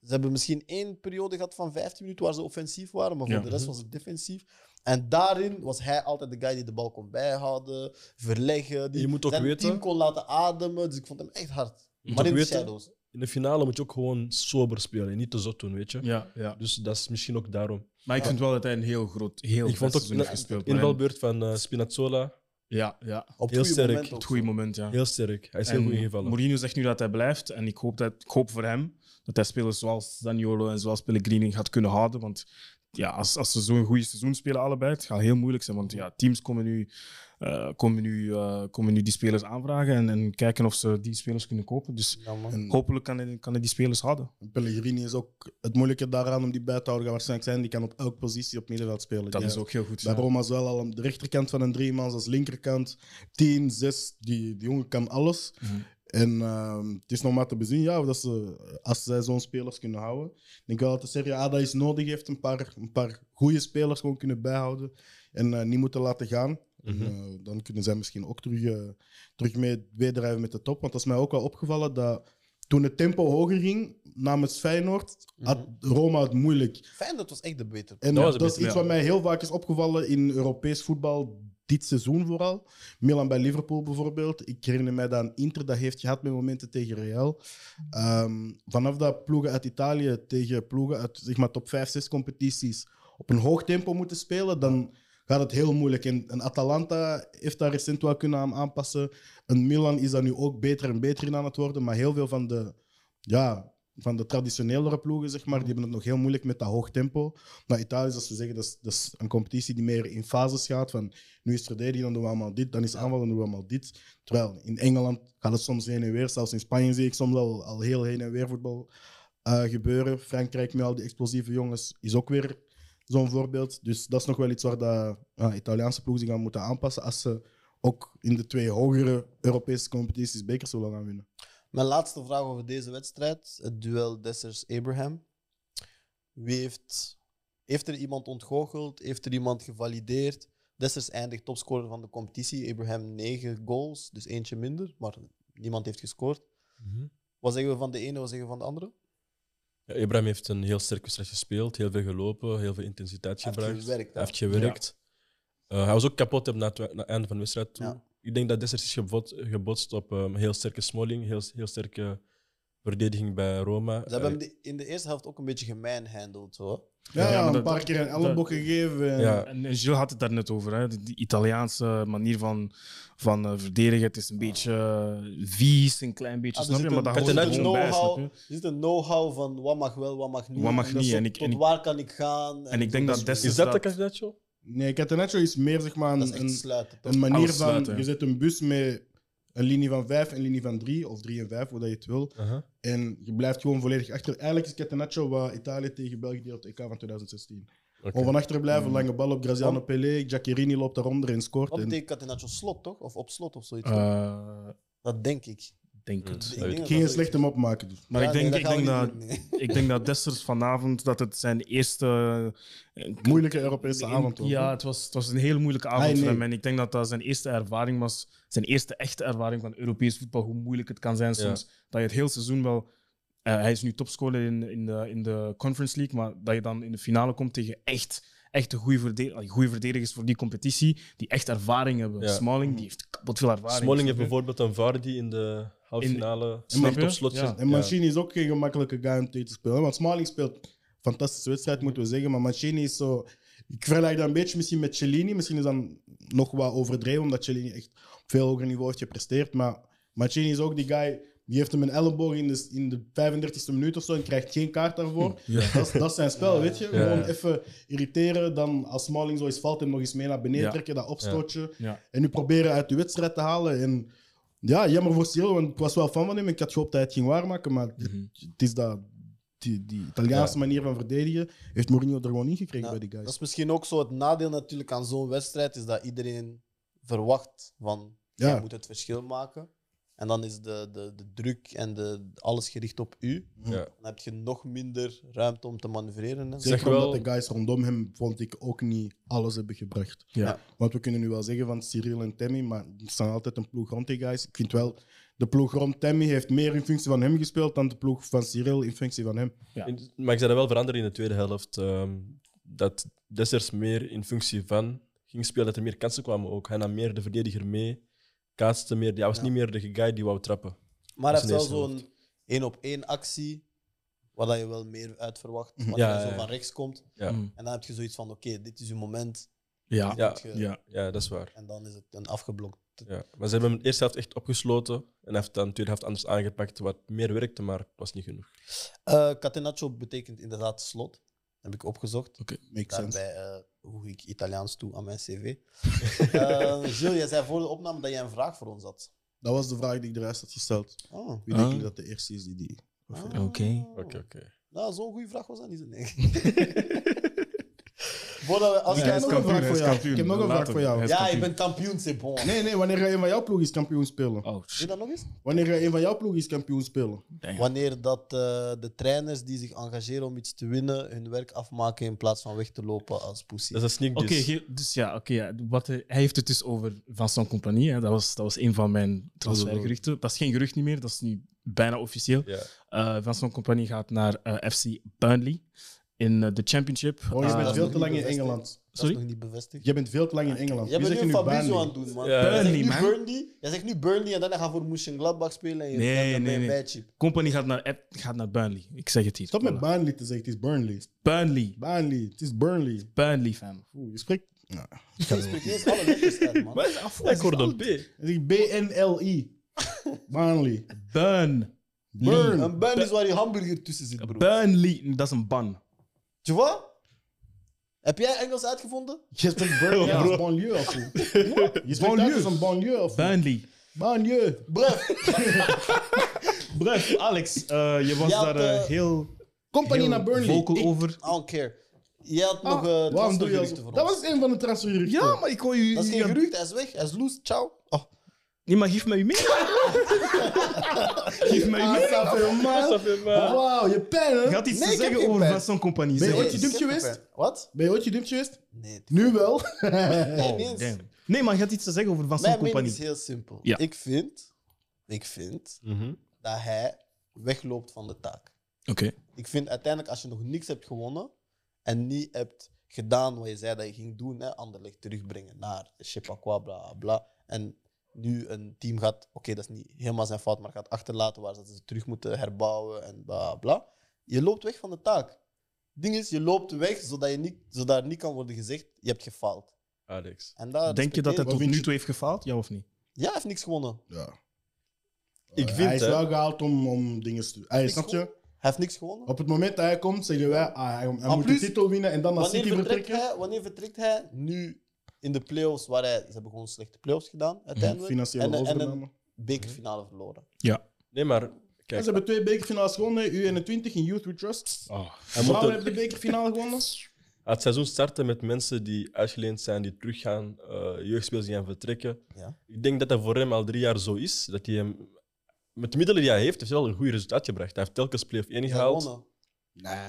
[SPEAKER 1] ze hebben misschien één periode gehad van 15 minuten waar ze offensief waren, maar voor
[SPEAKER 7] Ja. Mhm.
[SPEAKER 1] de rest was het defensief. En daarin was hij altijd de guy die de bal kon bijhouden, verleggen, die
[SPEAKER 5] Je moet ook
[SPEAKER 1] zijn
[SPEAKER 5] weten-
[SPEAKER 1] team kon laten ademen. Dus ik vond hem echt hard.
[SPEAKER 5] Je moet
[SPEAKER 1] maar
[SPEAKER 5] ook
[SPEAKER 1] in de
[SPEAKER 5] weten,
[SPEAKER 1] shadows.
[SPEAKER 5] in de finale moet je ook gewoon sober spelen en niet te zot doen, weet je.
[SPEAKER 7] Ja, ja.
[SPEAKER 5] Dus dat is misschien ook daarom.
[SPEAKER 7] Maar ik vind wel dat hij een heel groot, heel
[SPEAKER 5] Ik
[SPEAKER 7] vet
[SPEAKER 5] vond ook
[SPEAKER 7] seizoen heeft
[SPEAKER 5] de
[SPEAKER 7] gespeeld. man.
[SPEAKER 5] invalbeurt van eh, Spinazzola
[SPEAKER 7] Ja, ja.
[SPEAKER 1] Op
[SPEAKER 5] Heel
[SPEAKER 1] het goede
[SPEAKER 5] sterk.
[SPEAKER 1] moment ook
[SPEAKER 7] Het goede
[SPEAKER 1] zo.
[SPEAKER 7] moment, ja.
[SPEAKER 5] heel sterk. Hij is heel
[SPEAKER 7] En
[SPEAKER 5] goed ingevallen.
[SPEAKER 7] Mourinho zegt nu dat hij blijft. En ik hoop, dat, ik hoop voor hem dat hij spelers zoals Zaniolo en zoals Pellegrini gaat kunnen houden. Want ja, als, als ze zo'n goede seizoen spelen allebei, het gaat heel moeilijk zijn. Want ja, teams komen nu, eh, komen nu, eh, komen nu die spelers aanvragen en, en kijken of ze die spelers kunnen kopen. Dus
[SPEAKER 1] Ja, man.
[SPEAKER 2] En
[SPEAKER 7] hopelijk kan hij, kan hij die spelers houden.
[SPEAKER 2] Pellegrini is ook het moeilijke daaraan om die bij te houden. Gaat waarschijnlijk zijn, die kan op elke positie op middenveld spelen.
[SPEAKER 7] Dat
[SPEAKER 2] Die
[SPEAKER 7] is ook heel goed.
[SPEAKER 2] Bij
[SPEAKER 7] ja.
[SPEAKER 2] Roma is wel al aan de rechterkant van een driemans als linkerkant. 10, 6, die, die jongen kan alles.
[SPEAKER 7] Mhm.
[SPEAKER 2] En ehm, het is nog maar te bezien ja, of dat ze, als zij zo'n spelers kunnen houden. Ik denk wel dat de Serie A dat iets nodig heeft. Een paar, een paar goede spelers gewoon kunnen bijhouden en eh, niet moeten laten gaan. En,
[SPEAKER 5] Mhm.
[SPEAKER 2] eh, dan kunnen zij misschien ook terug, eh, terug mee wedrijven met de top. Want dat is mij ook wel opgevallen dat toen het tempo hoger ging namens Feyenoord, had
[SPEAKER 7] Mhm.
[SPEAKER 2] Roma het moeilijk.
[SPEAKER 1] Fijn, dat was echt de betere.
[SPEAKER 2] En
[SPEAKER 5] Dat
[SPEAKER 2] dat,
[SPEAKER 5] was het
[SPEAKER 2] is
[SPEAKER 5] beste,
[SPEAKER 2] iets
[SPEAKER 5] ja.
[SPEAKER 2] wat mij heel vaak is opgevallen in Europees voetbal. dit seizoen vooral. Milan bij Liverpool bijvoorbeeld. Ik herinner mij dat Inter dat heeft gehad met momenten tegen Real. Ehm, vanaf dat ploegen uit Italië tegen ploegen uit zeg maar, top 5, 6 competities op een hoog tempo moeten spelen, dan gaat het heel moeilijk. En, en Atalanta heeft daar recent wel kunnen aan aanpassen. En Milan is daar nu ook beter en beter in aan het worden. Maar heel veel van de, ja, van de traditionelere ploegen, zeg maar, die hebben het nog heel moeilijk met dat hoog tempo. Maar Italië, zoals we zeggen, dat is, dat is een competitie die meer in fases gaat. Van nu is het verdediging, dan doen we allemaal dit. Dan is aanval, dan doen we allemaal dit. Terwijl in Engeland gaat het soms heen en weer. Zelfs in Spanje zie ik soms al, al heel heen en weer voetbal eh, gebeuren. Frankrijk met al die explosieve jongens is ook weer zo'n voorbeeld. Dus dat is nog wel iets waar de Italiaanse ploegen zich aan moeten aanpassen als ze ook in de twee hogere Europese competities bekers zullen gaan winnen.
[SPEAKER 1] Mijn laatste vraag over deze wedstrijd: het duel Dessers-Abraham. Wie heeft, heeft er iemand ontgoocheld? Heeft er iemand gevalideerd? Dessers eindigt topscorer van de competitie. Abraham 9 goals, dus eentje minder, maar niemand heeft gescoord.
[SPEAKER 7] Mhm.
[SPEAKER 1] Wat zeggen we van de ene, wat zeggen we van de andere?
[SPEAKER 5] Ja, Ibrahim heeft een heel sterke wedstrijd gespeeld, heel veel gelopen, heel veel intensiteit
[SPEAKER 1] Hij heeft
[SPEAKER 5] gebruikt.
[SPEAKER 1] gewerkt, hè?
[SPEAKER 5] Hij heeft gewerkt. Eh, hij was ook kapot na het, we- na het einde van de wedstrijd toe.
[SPEAKER 1] Ja.
[SPEAKER 5] Ik denk dat Dessers is gebot- gebotst op een heel sterke Smalling, heel, heel sterke verdediging bij Roma.
[SPEAKER 1] Ze hebben hem
[SPEAKER 5] Eh,
[SPEAKER 1] de- in de eerste helft ook een beetje gemijnhandeld. hoor.
[SPEAKER 2] Ja,
[SPEAKER 7] Ja,
[SPEAKER 2] ja,
[SPEAKER 7] maar
[SPEAKER 2] een
[SPEAKER 7] dat-
[SPEAKER 2] paar keer een
[SPEAKER 7] dat-
[SPEAKER 2] elleboog gegeven. En...
[SPEAKER 1] eh,
[SPEAKER 5] Ja.
[SPEAKER 7] En, en Gilles had het daar net over, hè? Die, die Italiaanse manier van, van eh, verdedigen. Het is een beetje eh, vies, een klein beetje,
[SPEAKER 1] Ah,
[SPEAKER 7] snap je? Maar dat
[SPEAKER 1] zit
[SPEAKER 7] hoort er
[SPEAKER 5] Catenaccio.
[SPEAKER 1] een
[SPEAKER 7] gewoon bij, snap
[SPEAKER 1] know-how-
[SPEAKER 7] je?
[SPEAKER 1] er zit een know-how van wat mag wel, wat mag niet.
[SPEAKER 7] Wat mag
[SPEAKER 1] dat
[SPEAKER 7] niet,
[SPEAKER 1] Tot,
[SPEAKER 7] en ik-
[SPEAKER 1] tot
[SPEAKER 7] en ik-
[SPEAKER 1] waar kan ik gaan? dus-
[SPEAKER 7] en ik denk
[SPEAKER 2] Dus
[SPEAKER 7] dat Dessers-
[SPEAKER 5] Is dat de
[SPEAKER 7] dat-
[SPEAKER 5] Catenaccio?
[SPEAKER 2] Nee, Catenaccio is meer zeg maar,
[SPEAKER 1] Dat is
[SPEAKER 2] een,
[SPEAKER 1] echt
[SPEAKER 2] een,
[SPEAKER 1] sluiten. toch?
[SPEAKER 2] een manier
[SPEAKER 7] Alles
[SPEAKER 2] van...
[SPEAKER 7] sluiten.
[SPEAKER 2] Je zet een bus met een linie van vijf en een linie van drie, of drie en vijf, hoe dat je het wil. En je blijft gewoon volledig achter. Eigenlijk is Catenaccio wat Italië tegen België deed op het EK van 2016.
[SPEAKER 5] Oké.
[SPEAKER 2] Gewoon van achter blijven,
[SPEAKER 7] Mm.
[SPEAKER 2] lange bal op Graziano Pelé, Giaccherini loopt daaronder en scoort.
[SPEAKER 1] Wat
[SPEAKER 2] En
[SPEAKER 1] betekent Catenaccio slot, toch? Of op slot of zoiets. toch?
[SPEAKER 7] Eh,
[SPEAKER 1] dat denk ik.
[SPEAKER 7] denk
[SPEAKER 5] Mm.
[SPEAKER 7] het.
[SPEAKER 1] Ik denk dat dat
[SPEAKER 2] geen
[SPEAKER 1] zoiets
[SPEAKER 2] slechte
[SPEAKER 1] is.
[SPEAKER 2] mop maken. Dus.
[SPEAKER 7] Maar
[SPEAKER 1] Ja,
[SPEAKER 7] ik denk,
[SPEAKER 1] nee,
[SPEAKER 7] ik, denk dat,
[SPEAKER 1] gaan we niet doen,
[SPEAKER 7] ik denk dat Dessers vanavond dat het zijn eerste. eh,
[SPEAKER 2] Moeilijke Europese
[SPEAKER 7] in-
[SPEAKER 2] avond. hoor.
[SPEAKER 7] Ja, het was, het was een heel moeilijke avond
[SPEAKER 2] Ai, nee.
[SPEAKER 7] voor hem. En ik denk dat dat zijn eerste ervaring was. Zijn eerste echte ervaring van Europees voetbal. Hoe moeilijk het kan zijn
[SPEAKER 5] Ja.
[SPEAKER 7] soms. Dat je het heel seizoen wel. eh, hij is nu topscorer in, in, de, in de Conference League. Maar dat je dan in de finale komt tegen echt. Echte goede verdedigers, goede verdedigers voor die competitie, die echt ervaring hebben.
[SPEAKER 5] Ja.
[SPEAKER 7] Smalling die heeft kapot veel ervaring.
[SPEAKER 5] Smalling heeft
[SPEAKER 7] snap je?
[SPEAKER 5] bijvoorbeeld een Vardy in de halffinale
[SPEAKER 7] Snap
[SPEAKER 5] slecht
[SPEAKER 7] je?
[SPEAKER 5] op slotje.
[SPEAKER 7] Ja.
[SPEAKER 2] En Mancini is ook geen gemakkelijke guy om tegen te spelen. Want Smalling speelt een fantastische wedstrijd, moeten we zeggen. Maar Mancini is zo... Ik vergelijk dat een beetje misschien met Cellini. Misschien is dat nog wat overdreven, omdat Cellini echt op veel hoger niveau heeft gepresteerd. Maar Mancini is ook die guy... Die heeft hem een elleboog in de, in de 35e minuut of zo en krijgt geen kaart daarvoor.
[SPEAKER 7] Hm,
[SPEAKER 2] Dat, is- dat is zijn spel, weet je.
[SPEAKER 5] Ja.
[SPEAKER 2] Gewoon even irriteren. Dan als Smalling zo eens valt, hem nog eens mee naar beneden
[SPEAKER 7] Ja.
[SPEAKER 2] trekken. Dat opstootje.
[SPEAKER 7] Ja.
[SPEAKER 2] En nu proberen uit de wedstrijd te halen. En ja, jammer voor Cyril, want ik was wel fan van hem. Ik had gehoopt dat hij het ging waarmaken, maar het-
[SPEAKER 7] Mhm.
[SPEAKER 2] het is dat, die, die Italiaanse manier van verdedigen heeft Mourinho er gewoon ingekregen
[SPEAKER 1] Ja,
[SPEAKER 2] bij die
[SPEAKER 1] Dat
[SPEAKER 2] guys.
[SPEAKER 1] is misschien ook zo het nadeel natuurlijk aan zo'n wedstrijd, is dat iedereen verwacht van
[SPEAKER 2] Ja.
[SPEAKER 1] jij moet het verschil maken. En dan is de, de, de druk en de, alles gericht op u.
[SPEAKER 5] Ja.
[SPEAKER 1] Dan heb je nog minder ruimte om te manoeuvreren. En zo.
[SPEAKER 2] Zeker
[SPEAKER 5] Zeg wel-
[SPEAKER 2] omdat de guys rondom hem, vond ik, ook niet alles hebben gebracht.
[SPEAKER 7] Ja.
[SPEAKER 2] Want we kunnen nu wel zeggen van Cyril en Tammy, maar er staan altijd een ploeg rond die guys. Ik vind wel, de ploeg rond Tammy heeft meer in functie van hem gespeeld dan de ploeg van Cyril in functie van hem.
[SPEAKER 7] Ja.
[SPEAKER 5] In- maar ik zou dat wel veranderen in de tweede helft. ehm, dat Dessers meer in functie van ging spelen, dat er meer kansen kwamen ook. Hij nam meer de verdediger mee, kaatste meer. Hij was
[SPEAKER 1] Ja.
[SPEAKER 5] niet meer de guy die wou trappen.
[SPEAKER 1] Maar hij
[SPEAKER 5] Dat is
[SPEAKER 1] heeft wel
[SPEAKER 5] in de eerste
[SPEAKER 1] zo'n één op één actie, waar dat je wel meer uit verwacht. Wat
[SPEAKER 5] Ja,
[SPEAKER 1] hij zo
[SPEAKER 5] ja, ja.
[SPEAKER 1] van rechts komt.
[SPEAKER 5] Ja.
[SPEAKER 7] Mm.
[SPEAKER 1] En dan heb je zoiets van, oké, dit is uw moment.
[SPEAKER 7] Ja.
[SPEAKER 1] Dit
[SPEAKER 5] Ja.
[SPEAKER 1] moet je-
[SPEAKER 7] Ja.
[SPEAKER 5] Ja, dat is waar.
[SPEAKER 1] En dan is het een afgeblokt.
[SPEAKER 5] Ja. Maar ze hebben hem de eerste helft echt opgesloten en hij heeft dan de tweede helft anders aangepakt, wat meer werkte, maar het was niet genoeg.
[SPEAKER 1] Eh catenaccio betekent inderdaad slot. Heb ik opgezocht.
[SPEAKER 2] Makes sense.
[SPEAKER 1] Daarbij eh, hoe ik Italiaans toe aan mijn cv. Eh Gilles, jij zei voor de opname dat jij een vraag voor ons had.
[SPEAKER 2] Dat was de vraag die ik eruit had gesteld.
[SPEAKER 1] Oh.
[SPEAKER 2] Wie denk
[SPEAKER 7] Ah.
[SPEAKER 2] ik dat de eerste is die die...
[SPEAKER 1] Ah.
[SPEAKER 7] Oké.
[SPEAKER 5] Oké, oké.
[SPEAKER 1] Nou, zo'n goede vraag was dat niet. Nee. Voordat we- als
[SPEAKER 2] Ik
[SPEAKER 1] jij
[SPEAKER 2] heb
[SPEAKER 1] nog
[SPEAKER 2] nog
[SPEAKER 1] een
[SPEAKER 2] een
[SPEAKER 1] vraag-
[SPEAKER 2] vraag
[SPEAKER 7] hij
[SPEAKER 2] voor
[SPEAKER 7] is
[SPEAKER 2] jou.
[SPEAKER 7] kampioen.
[SPEAKER 2] Ik heb nog een
[SPEAKER 7] Later.
[SPEAKER 2] vraag voor
[SPEAKER 7] Hij
[SPEAKER 2] jou.
[SPEAKER 7] is
[SPEAKER 1] Ja, je
[SPEAKER 7] kampioen.
[SPEAKER 1] bent kampioen, c'est bon.
[SPEAKER 2] Nee, nee, wanneer ga je van jouw ploeg eens kampioen spelen?
[SPEAKER 7] Oh,
[SPEAKER 1] Zie je dat nog eens?
[SPEAKER 2] Wanneer ga je van jouw ploeg eens kampioen spelen?
[SPEAKER 7] Ja.
[SPEAKER 1] Wanneer dat, eh, de trainers die zich engageren om iets te winnen, hun werk afmaken in plaats van weg te lopen als
[SPEAKER 5] Dat is
[SPEAKER 1] poesie.
[SPEAKER 5] een sneak
[SPEAKER 7] Oké,
[SPEAKER 5] diss.
[SPEAKER 7] ge- dus ja, oké. ja. Wat hij, hij heeft het dus over Vincent Compagnie. Hè. Dat, was, dat was een van mijn transfergeruchten. Dat is geen gerucht niet meer, dat is nu bijna officieel.
[SPEAKER 5] Ja.
[SPEAKER 7] Eh Vincent Compagnie gaat naar eh, FC Burnley. in eh, de Championship.
[SPEAKER 2] Oh, je
[SPEAKER 7] Ah,
[SPEAKER 2] bent
[SPEAKER 1] dat
[SPEAKER 2] veel
[SPEAKER 1] nog
[SPEAKER 2] te lang
[SPEAKER 1] niet
[SPEAKER 2] in
[SPEAKER 1] bevestigd.
[SPEAKER 2] Engeland.
[SPEAKER 1] Dat is
[SPEAKER 7] Sorry?
[SPEAKER 1] nog niet bevestigd.
[SPEAKER 2] Je bent veel te lang in Engeland.
[SPEAKER 1] Jij
[SPEAKER 2] Wie
[SPEAKER 1] bent nu
[SPEAKER 2] zegt
[SPEAKER 1] een
[SPEAKER 2] nu
[SPEAKER 1] Fabrizio
[SPEAKER 2] Burnley?
[SPEAKER 1] aan het doen, man.
[SPEAKER 5] Ja.
[SPEAKER 1] Jij zegt
[SPEAKER 7] Burnley,
[SPEAKER 1] nu
[SPEAKER 7] man.
[SPEAKER 1] Burnley. Jij zegt nu Burnley en daarna gaan we voor Mönchengladbach spelen en je
[SPEAKER 7] Nee,
[SPEAKER 1] en dan
[SPEAKER 7] nee,
[SPEAKER 1] ben je
[SPEAKER 7] nee.
[SPEAKER 1] bijchip.
[SPEAKER 7] Company gaat naar, Ep- gaat naar Burnley. Ik zeg het hier.
[SPEAKER 2] Stop
[SPEAKER 7] Voilà.
[SPEAKER 2] met Burnley te zeggen, het is Burnley.
[SPEAKER 7] Burnley.
[SPEAKER 2] Burnley, het is Burnley.
[SPEAKER 7] Burnley, fam.
[SPEAKER 2] Oeh, je spreekt. Ja.
[SPEAKER 1] Je spreekt niet eens alle letters uit, man.
[SPEAKER 5] Maar ik hoorde een B.
[SPEAKER 2] Het is B-N-L-I. Burnley.
[SPEAKER 7] Burn.
[SPEAKER 2] Burn.
[SPEAKER 1] Een Burnley is waar die hamburger tussen zit, bro.
[SPEAKER 7] Burnley. Dat is een ban.
[SPEAKER 1] Tu vois? Heb jij Engels uitgevonden?
[SPEAKER 2] Je spreekt Burnley
[SPEAKER 7] Ja,
[SPEAKER 2] als
[SPEAKER 7] bro.
[SPEAKER 2] banlieue of hoe? Je spreekt uit als een banlieue of hoe?
[SPEAKER 7] Burnley.
[SPEAKER 2] Banlieue.
[SPEAKER 1] Bref,
[SPEAKER 7] Bref, Alex, eh, je was
[SPEAKER 1] Ja,
[SPEAKER 7] daar
[SPEAKER 1] de-
[SPEAKER 7] eh, heel,
[SPEAKER 2] Komt dan niet
[SPEAKER 7] heel
[SPEAKER 2] naar Burnley.
[SPEAKER 7] vocal
[SPEAKER 2] Ik-
[SPEAKER 7] over.
[SPEAKER 1] I don't care. Jij had
[SPEAKER 2] Oh.
[SPEAKER 1] nog eh
[SPEAKER 2] Waarom doe je
[SPEAKER 1] transfergeruchten
[SPEAKER 2] als...
[SPEAKER 1] voor
[SPEAKER 2] Dat
[SPEAKER 1] ons.
[SPEAKER 2] was een van de transfergeruchten.
[SPEAKER 7] Ja, maar ik hoor je...
[SPEAKER 1] Dat is geen
[SPEAKER 7] je-
[SPEAKER 1] gerucht, hij is weg, hij is loose, ciao. Oh,
[SPEAKER 7] Nee, maar geef mij je mee. geef mij je
[SPEAKER 2] Ah,
[SPEAKER 7] mee.
[SPEAKER 2] ça fait mal. Wauw, je pijn,
[SPEAKER 7] Je
[SPEAKER 2] hè?
[SPEAKER 7] had iets
[SPEAKER 1] Nee,
[SPEAKER 7] te
[SPEAKER 1] ik heb
[SPEAKER 7] zeggen
[SPEAKER 1] geen
[SPEAKER 7] over
[SPEAKER 1] pijn.
[SPEAKER 7] Vincent Compagnie.
[SPEAKER 2] Ben je
[SPEAKER 7] zeg
[SPEAKER 2] ooit
[SPEAKER 7] het.
[SPEAKER 2] je dumpje geweest?
[SPEAKER 1] Wat?
[SPEAKER 2] Ben je ooit je dumpje geweest?
[SPEAKER 1] Nee, die-
[SPEAKER 2] Nu wel.
[SPEAKER 1] nee,
[SPEAKER 7] Oh,
[SPEAKER 1] niet eens.
[SPEAKER 7] damn. Nee, maar je had iets te zeggen over Vincent
[SPEAKER 1] Mijn mening is
[SPEAKER 7] Compagnie.
[SPEAKER 1] heel simpel.
[SPEAKER 7] Ja. Mhm.
[SPEAKER 1] Ik vind, ik vind dat hij wegloopt van de taak.
[SPEAKER 7] Oké.
[SPEAKER 1] Ik vind uiteindelijk als je nog niks hebt gewonnen en niet hebt gedaan wat je zei dat je ging doen, hè, Anderlecht terugbrengen naar je sais pas quoi, bla bla, bla. En nu een team gaat, oké, dat is niet helemaal zijn fout, maar gaat achterlaten waar ze ze terug moeten herbouwen en bla bla. Je loopt weg van de taak. Ding is, je loopt weg zodat, je niet, zodat er niet kan worden gezegd, je hebt gefaald.
[SPEAKER 5] Alex.
[SPEAKER 1] En daar
[SPEAKER 7] Denk je
[SPEAKER 1] respecteer
[SPEAKER 7] dat hij
[SPEAKER 1] ik.
[SPEAKER 7] tot
[SPEAKER 2] vind
[SPEAKER 7] nu
[SPEAKER 2] je-
[SPEAKER 7] toe heeft gefaald? Ja of niet?
[SPEAKER 1] Ja, hij heeft niks gewonnen.
[SPEAKER 5] Ik
[SPEAKER 2] hij
[SPEAKER 5] vind
[SPEAKER 2] is
[SPEAKER 5] hè,
[SPEAKER 2] wel gehaald om, om dingen te doen.
[SPEAKER 1] Niks
[SPEAKER 2] Snap
[SPEAKER 1] gewonnen.
[SPEAKER 2] je?
[SPEAKER 1] Hij heeft niks gewonnen.
[SPEAKER 2] Op het moment dat hij komt, zeggen wij, ah, hij, hij
[SPEAKER 1] En
[SPEAKER 2] moet
[SPEAKER 1] plus,
[SPEAKER 2] de titel winnen en dan naar
[SPEAKER 1] Wanneer
[SPEAKER 2] City
[SPEAKER 1] vertrekt,
[SPEAKER 2] vertrekken.
[SPEAKER 1] hij, wanneer vertrekt hij? Nu in de play-offs, waar hij, ze hebben gewoon slechte play-offs gedaan uiteindelijk.
[SPEAKER 2] Mhm. Financiële Mhm.
[SPEAKER 1] en, een- en een
[SPEAKER 2] overname.
[SPEAKER 1] bekerfinale verloren.
[SPEAKER 5] Nee, maar
[SPEAKER 2] Ja,
[SPEAKER 5] kijk.
[SPEAKER 2] ze hebben twee bekerfinales gewonnen, U21 in Youth We Trust.
[SPEAKER 7] Ah.
[SPEAKER 5] Oh, hij moet
[SPEAKER 2] Vrouwen
[SPEAKER 5] het,
[SPEAKER 2] hebben de bekerfinale gewonnen.
[SPEAKER 5] het seizoen starten met mensen die uitgeleend zijn, die teruggaan, eh jeugdspelers die gaan vertrekken.
[SPEAKER 1] Ja.
[SPEAKER 5] Ik denk dat dat voor hem al drie jaar zo is. Dat hij hem, met de middelen die hij heeft, heeft hij wel een goed resultaat gebracht. Hij heeft telkens play-off 1 gehaald.
[SPEAKER 1] Gewonnen.